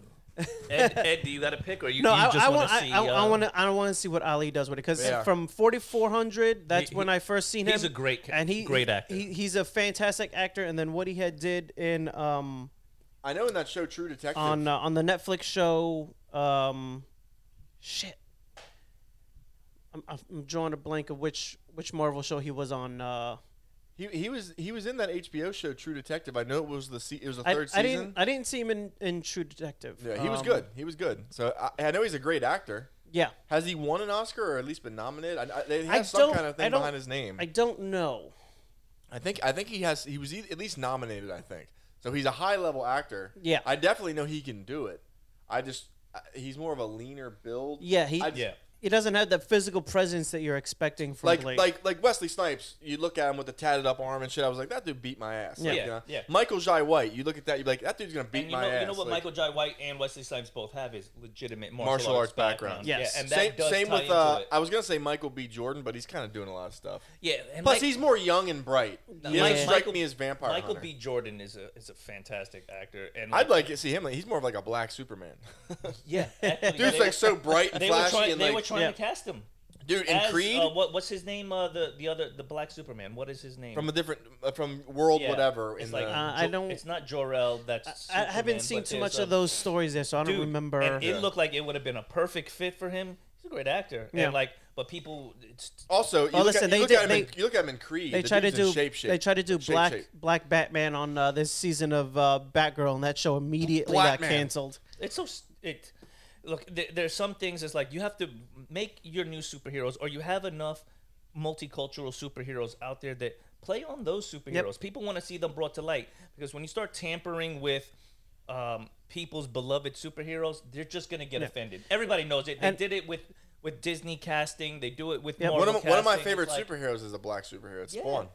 [SPEAKER 2] Ed, Ed do you got a pick, or you,
[SPEAKER 3] No,
[SPEAKER 2] you
[SPEAKER 3] I,
[SPEAKER 2] just
[SPEAKER 3] I want
[SPEAKER 2] want to
[SPEAKER 3] I,
[SPEAKER 2] see?
[SPEAKER 3] I, I
[SPEAKER 2] uh,
[SPEAKER 3] want to I want to see what Ali does with it because
[SPEAKER 4] Yeah.
[SPEAKER 3] from 4400 that's
[SPEAKER 2] He-
[SPEAKER 3] when
[SPEAKER 2] he-
[SPEAKER 3] I first seen him.
[SPEAKER 2] he's a great ca- great actor.
[SPEAKER 3] He, he's a fantastic actor, and then what he had did in um
[SPEAKER 4] I know in that show True Detective.
[SPEAKER 3] on uh, on the Netflix show um shit. I'm, I'm- I'm drawing a blank of which which Marvel show he was on. Uh,
[SPEAKER 4] he, he was he was in that HBO show True Detective. I know it was the se- it was the
[SPEAKER 3] I,
[SPEAKER 4] third
[SPEAKER 3] I
[SPEAKER 4] season.
[SPEAKER 3] didn't I didn't see him in, in True Detective.
[SPEAKER 4] Yeah, he was
[SPEAKER 3] Um,
[SPEAKER 4] good. He was good. So I, I know he's a great actor.
[SPEAKER 3] Yeah,
[SPEAKER 4] Has he won an Oscar or at least been nominated? I, I, they
[SPEAKER 3] I
[SPEAKER 4] have some
[SPEAKER 3] don't-
[SPEAKER 4] kind of
[SPEAKER 3] I
[SPEAKER 4] thing
[SPEAKER 3] don't-
[SPEAKER 4] behind his name.
[SPEAKER 3] I don't know.
[SPEAKER 4] I think I think he has. He was e- at least nominated. I think so. He's a high level actor.
[SPEAKER 3] Yeah.
[SPEAKER 4] I definitely know he can do it. I just I, he's more of a leaner build.
[SPEAKER 3] Yeah, he
[SPEAKER 4] I-
[SPEAKER 2] Yeah.
[SPEAKER 3] he doesn't have that physical presence that you're expecting from
[SPEAKER 4] Like
[SPEAKER 3] Blade.
[SPEAKER 4] like like Wesley Snipes, you look at him with the tatted up arm and shit. I was like, that dude beat my ass. Like,
[SPEAKER 2] Yeah.
[SPEAKER 4] you know?
[SPEAKER 2] Yeah.
[SPEAKER 4] Michael Jai White, you look at that, you're like, that dude's gonna beat
[SPEAKER 2] And you
[SPEAKER 4] my
[SPEAKER 2] know,
[SPEAKER 4] ass.
[SPEAKER 2] you know what
[SPEAKER 4] Like,
[SPEAKER 2] Michael Jai White and Wesley Snipes both have is legitimate martial,
[SPEAKER 4] Martial
[SPEAKER 2] arts
[SPEAKER 4] arts background.
[SPEAKER 3] Yes.
[SPEAKER 2] Yeah, and that
[SPEAKER 4] Same,
[SPEAKER 2] does
[SPEAKER 4] same
[SPEAKER 2] tie
[SPEAKER 4] with
[SPEAKER 2] into
[SPEAKER 4] uh,
[SPEAKER 2] it.
[SPEAKER 4] I was gonna say Michael B. Jordan, but he's kind of doing a lot of stuff.
[SPEAKER 2] yeah, and
[SPEAKER 4] Plus,
[SPEAKER 2] like-
[SPEAKER 4] he's more young and bright. He
[SPEAKER 2] Mike-
[SPEAKER 4] doesn't strike
[SPEAKER 2] Michael-
[SPEAKER 4] me as vampire.
[SPEAKER 2] Michael
[SPEAKER 4] Hunter.
[SPEAKER 2] B. Jordan is a is a fantastic actor, and
[SPEAKER 4] I'd like to see him. Like, he's more of like a black Superman.
[SPEAKER 2] yeah, actually,
[SPEAKER 4] Dude's
[SPEAKER 2] they
[SPEAKER 4] like
[SPEAKER 2] were-
[SPEAKER 4] so bright and
[SPEAKER 2] they were
[SPEAKER 4] flashy,
[SPEAKER 2] trying
[SPEAKER 4] and
[SPEAKER 2] they
[SPEAKER 4] like
[SPEAKER 2] were trying
[SPEAKER 3] Yeah.
[SPEAKER 2] to cast him.
[SPEAKER 4] dude in
[SPEAKER 2] as,
[SPEAKER 4] Creed
[SPEAKER 2] uh, what, what's his name? Uh, the the other the Black Superman. What is his name?
[SPEAKER 4] from a different uh, from world
[SPEAKER 2] Yeah.
[SPEAKER 4] whatever.
[SPEAKER 2] It's
[SPEAKER 4] In
[SPEAKER 2] like
[SPEAKER 4] the,
[SPEAKER 3] Uh, I
[SPEAKER 2] Jo-
[SPEAKER 3] don't-
[SPEAKER 2] It's not Jor El. That's
[SPEAKER 3] I
[SPEAKER 2] Superman,
[SPEAKER 3] haven't seen
[SPEAKER 2] but
[SPEAKER 3] too
[SPEAKER 2] there's
[SPEAKER 3] much
[SPEAKER 2] a-
[SPEAKER 3] of those stories there, so I don't
[SPEAKER 2] Dude,
[SPEAKER 3] remember.
[SPEAKER 2] And
[SPEAKER 4] Yeah.
[SPEAKER 2] it looked like it would have been a perfect fit for him. He's a great actor,
[SPEAKER 3] Yeah.
[SPEAKER 2] and like, but people, it's,
[SPEAKER 4] also, you,
[SPEAKER 3] Oh,
[SPEAKER 4] look,
[SPEAKER 3] listen,
[SPEAKER 4] at,
[SPEAKER 3] they
[SPEAKER 4] you, look
[SPEAKER 3] did-
[SPEAKER 4] at him in,
[SPEAKER 3] they-
[SPEAKER 4] you look at him in Creed.
[SPEAKER 3] they
[SPEAKER 4] the
[SPEAKER 3] tried to
[SPEAKER 4] dude's in
[SPEAKER 3] do
[SPEAKER 4] shape shape.
[SPEAKER 3] they tried to do
[SPEAKER 4] Shape
[SPEAKER 3] black
[SPEAKER 4] shape.
[SPEAKER 3] black Batman on uh, this season of uh, Batgirl, and that show immediately
[SPEAKER 4] Black
[SPEAKER 3] got
[SPEAKER 4] man.
[SPEAKER 3] canceled.
[SPEAKER 2] it's so s- it. Look, there, there's some things. It's like you have to make your new superheroes, or you have enough multicultural superheroes out there that play on those superheroes. People want to see them brought to light because when you start tampering with. Um, people's beloved superheroes, they're just gonna get offended. Everybody knows it. They
[SPEAKER 3] And-
[SPEAKER 2] did it with with Disney casting. They do it with
[SPEAKER 3] Yeah.
[SPEAKER 2] Marvel
[SPEAKER 4] One of, my- one of my
[SPEAKER 2] casting. It's
[SPEAKER 4] favorite
[SPEAKER 2] like-
[SPEAKER 4] superheroes is a black superhero. It's
[SPEAKER 2] Yeah.
[SPEAKER 4] Spawn.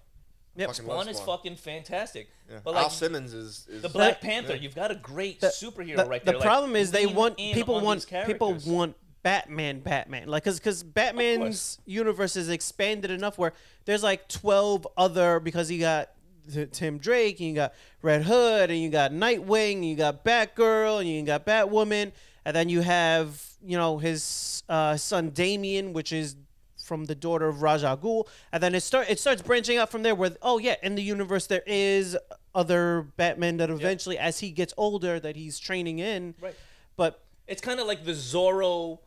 [SPEAKER 3] Yep.
[SPEAKER 4] Fucking love
[SPEAKER 2] Spawn is
[SPEAKER 4] Spawn.
[SPEAKER 2] fucking fantastic.
[SPEAKER 4] Yeah.
[SPEAKER 2] But like
[SPEAKER 4] Al Simmons is, is
[SPEAKER 2] the Black
[SPEAKER 3] The-
[SPEAKER 2] Panther,
[SPEAKER 4] yeah.
[SPEAKER 2] you've got a great
[SPEAKER 3] The-
[SPEAKER 2] superhero
[SPEAKER 3] the,
[SPEAKER 2] right
[SPEAKER 3] the
[SPEAKER 2] there.
[SPEAKER 3] problem is they
[SPEAKER 2] lean
[SPEAKER 3] want
[SPEAKER 2] in
[SPEAKER 3] people
[SPEAKER 2] on
[SPEAKER 3] want
[SPEAKER 2] these
[SPEAKER 3] people
[SPEAKER 2] characters.
[SPEAKER 3] want Batman, Batman, like because because Batman's universe is expanded enough where there's like twelve other because you got T- Tim Drake and you got Red Hood and you got Nightwing and you got Batgirl and you got Batwoman and then you have you know his uh, son Damien, which is from the daughter of Raja Ghul, and then it start it starts branching out from there. With oh yeah, in the universe there is other Batman that eventually, as he gets older, that he's training in.
[SPEAKER 2] Right.
[SPEAKER 3] But
[SPEAKER 2] It's kind of like the Zorro,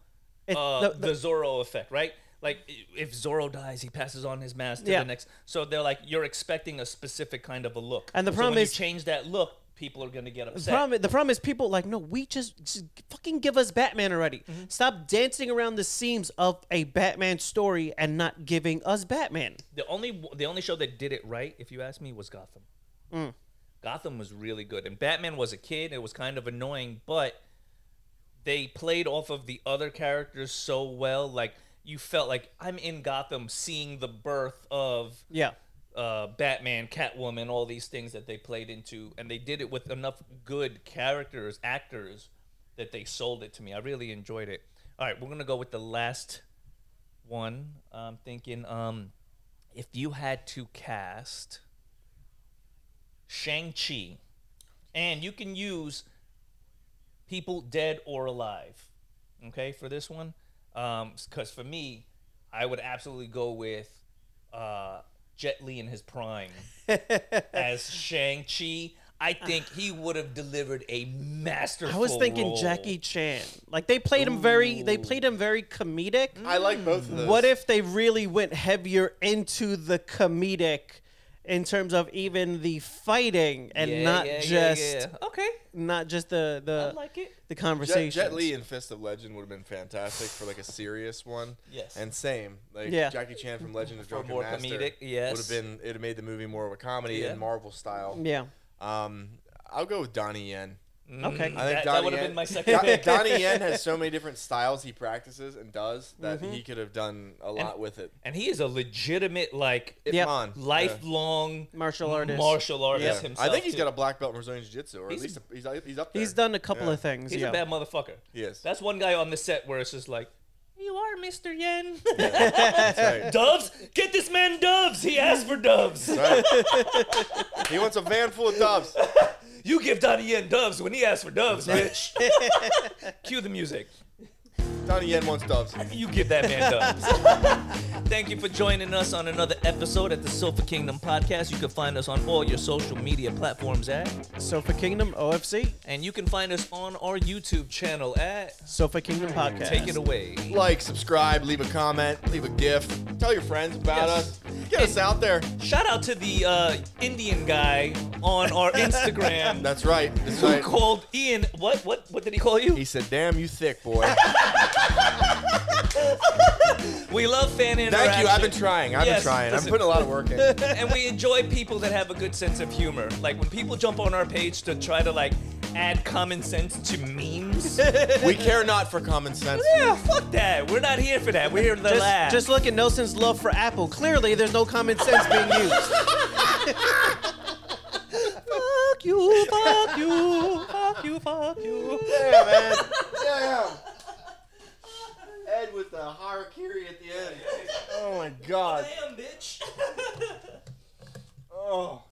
[SPEAKER 3] It-
[SPEAKER 2] uh,
[SPEAKER 3] the-
[SPEAKER 2] the,
[SPEAKER 3] the-
[SPEAKER 2] Zorro effect, right? Like i- if Zorro dies, he passes on his mask to
[SPEAKER 3] Yeah.
[SPEAKER 2] the next. So they're like, you're expecting a specific kind of a look.
[SPEAKER 3] And the
[SPEAKER 2] So
[SPEAKER 3] problem
[SPEAKER 2] when
[SPEAKER 3] is-
[SPEAKER 2] you change that look, people are gonna get
[SPEAKER 3] the
[SPEAKER 2] upset.
[SPEAKER 3] problem, the problem is people like no, we just, just fucking give us Batman already.
[SPEAKER 2] Mm-hmm.
[SPEAKER 3] Stop dancing around the seams of a Batman story and not giving us Batman.
[SPEAKER 2] the only the only show that did it right, if you ask me, was Gotham.
[SPEAKER 3] Mm.
[SPEAKER 2] Gotham was really good, and Batman was a kid. It was kind of annoying, but they played off of the other characters so well. Like you felt like I'm in Gotham, seeing the birth of
[SPEAKER 3] Yeah.
[SPEAKER 2] uh, Batman, Catwoman, all these things that they played into, and they did it with enough good characters, actors, that they sold it to me. I really enjoyed it. All right, we're gonna go with the last one. I'm thinking, um, if you had to cast Shang Chi, and you can use people dead or alive, okay, for this one, because for me, I would absolutely go with uh, Jet Li in his prime as Shang Chi. I think he would have delivered a masterful.
[SPEAKER 3] I was thinking
[SPEAKER 2] role.
[SPEAKER 3] Jackie Chan. Like they played him very they played him very comedic.
[SPEAKER 4] I
[SPEAKER 2] Hmm.
[SPEAKER 4] like both of those.
[SPEAKER 3] What if they really went heavier into the comedic in terms of even the fighting and
[SPEAKER 2] Yeah,
[SPEAKER 3] not
[SPEAKER 2] yeah, yeah,
[SPEAKER 3] just uh,
[SPEAKER 2] yeah. okay.
[SPEAKER 3] not just the the
[SPEAKER 2] I like it.
[SPEAKER 3] the
[SPEAKER 4] Jet,
[SPEAKER 3] conversation.
[SPEAKER 4] Jet Li and Fist of Legend would have been fantastic for like a serious one.
[SPEAKER 2] Yes.
[SPEAKER 4] And same, like
[SPEAKER 3] Yeah.
[SPEAKER 4] Jackie Chan from Legend of Drunken
[SPEAKER 2] more
[SPEAKER 4] Master
[SPEAKER 2] comedic, yes.
[SPEAKER 4] would have been. It would have made the movie more of a comedy
[SPEAKER 2] Yeah.
[SPEAKER 4] and Marvel style.
[SPEAKER 3] Yeah.
[SPEAKER 4] Um, I'll go with Donnie Yen.
[SPEAKER 3] Okay.
[SPEAKER 4] I think
[SPEAKER 2] That- that
[SPEAKER 4] Donnie
[SPEAKER 2] would've
[SPEAKER 4] Yen-
[SPEAKER 2] been my second
[SPEAKER 4] Don-
[SPEAKER 2] pick.
[SPEAKER 4] Donnie Yen has so many different styles he practices and does that he could have done a lot with it.
[SPEAKER 2] Mm-hmm. And he is a legitimate like
[SPEAKER 4] Ip
[SPEAKER 3] Yep.
[SPEAKER 4] Man, yeah.
[SPEAKER 2] lifelong
[SPEAKER 3] Martial artist.
[SPEAKER 2] Martial artist
[SPEAKER 4] Yeah.
[SPEAKER 2] himself.
[SPEAKER 4] I think he's
[SPEAKER 2] too.
[SPEAKER 4] got a black belt in Brazilian Jiu-Jitsu, or
[SPEAKER 2] He's-
[SPEAKER 4] at least a, he's, he's up there.
[SPEAKER 3] He's done a couple
[SPEAKER 4] Yeah.
[SPEAKER 3] of things.
[SPEAKER 2] He's
[SPEAKER 3] yeah.
[SPEAKER 2] a bad motherfucker.
[SPEAKER 4] He is.
[SPEAKER 2] That's one guy on the set where it's just like, you are Mr. Yen.
[SPEAKER 4] That's right.
[SPEAKER 2] doves? Get this man doves. He asked for doves.
[SPEAKER 4] he wants a van full of doves.
[SPEAKER 2] You give Donnie Yen doves when he asks for doves, bitch. Cue the music.
[SPEAKER 4] Donnie Yen wants doves.
[SPEAKER 2] You give that man doves. Thank you for joining us on another episode at the Sofa Kingdom podcast. You can find us on all your social media platforms at,
[SPEAKER 3] Sofa Kingdom OFC.
[SPEAKER 2] and you can find us on our YouTube channel at.
[SPEAKER 3] Sofa Kingdom podcast.
[SPEAKER 2] Take it away.
[SPEAKER 4] Like, subscribe, leave a comment, leave a gif, tell your friends about
[SPEAKER 2] Yes.
[SPEAKER 4] us. Get us out there.
[SPEAKER 2] Shout out to the uh, Indian guy on our Instagram.
[SPEAKER 4] That's right. That's
[SPEAKER 2] who
[SPEAKER 4] right.
[SPEAKER 2] called Ian. What? What? What did he call you?
[SPEAKER 4] He said, "Damn, you thick boy."
[SPEAKER 2] We love fan interaction.
[SPEAKER 4] Thank you. I've been trying. I've
[SPEAKER 2] Yes,
[SPEAKER 4] been trying.
[SPEAKER 2] listen.
[SPEAKER 4] I'm putting a lot of work in.
[SPEAKER 2] and we enjoy people that have a good sense of humor. Like when people jump on our page to try to like add common sense to memes.
[SPEAKER 4] we care not for common sense.
[SPEAKER 2] yeah, fuck that. We're not here for that. We're here to
[SPEAKER 3] Just,
[SPEAKER 2] laugh.
[SPEAKER 3] just look at Nelson's love for Apple. Clearly, there's no common sense being used. fuck you, fuck you, fuck you, fuck you.
[SPEAKER 4] Damn, man. Damn. Ed with the harakiri at the end. Oh my god.
[SPEAKER 2] Damn, bitch.
[SPEAKER 4] Oh.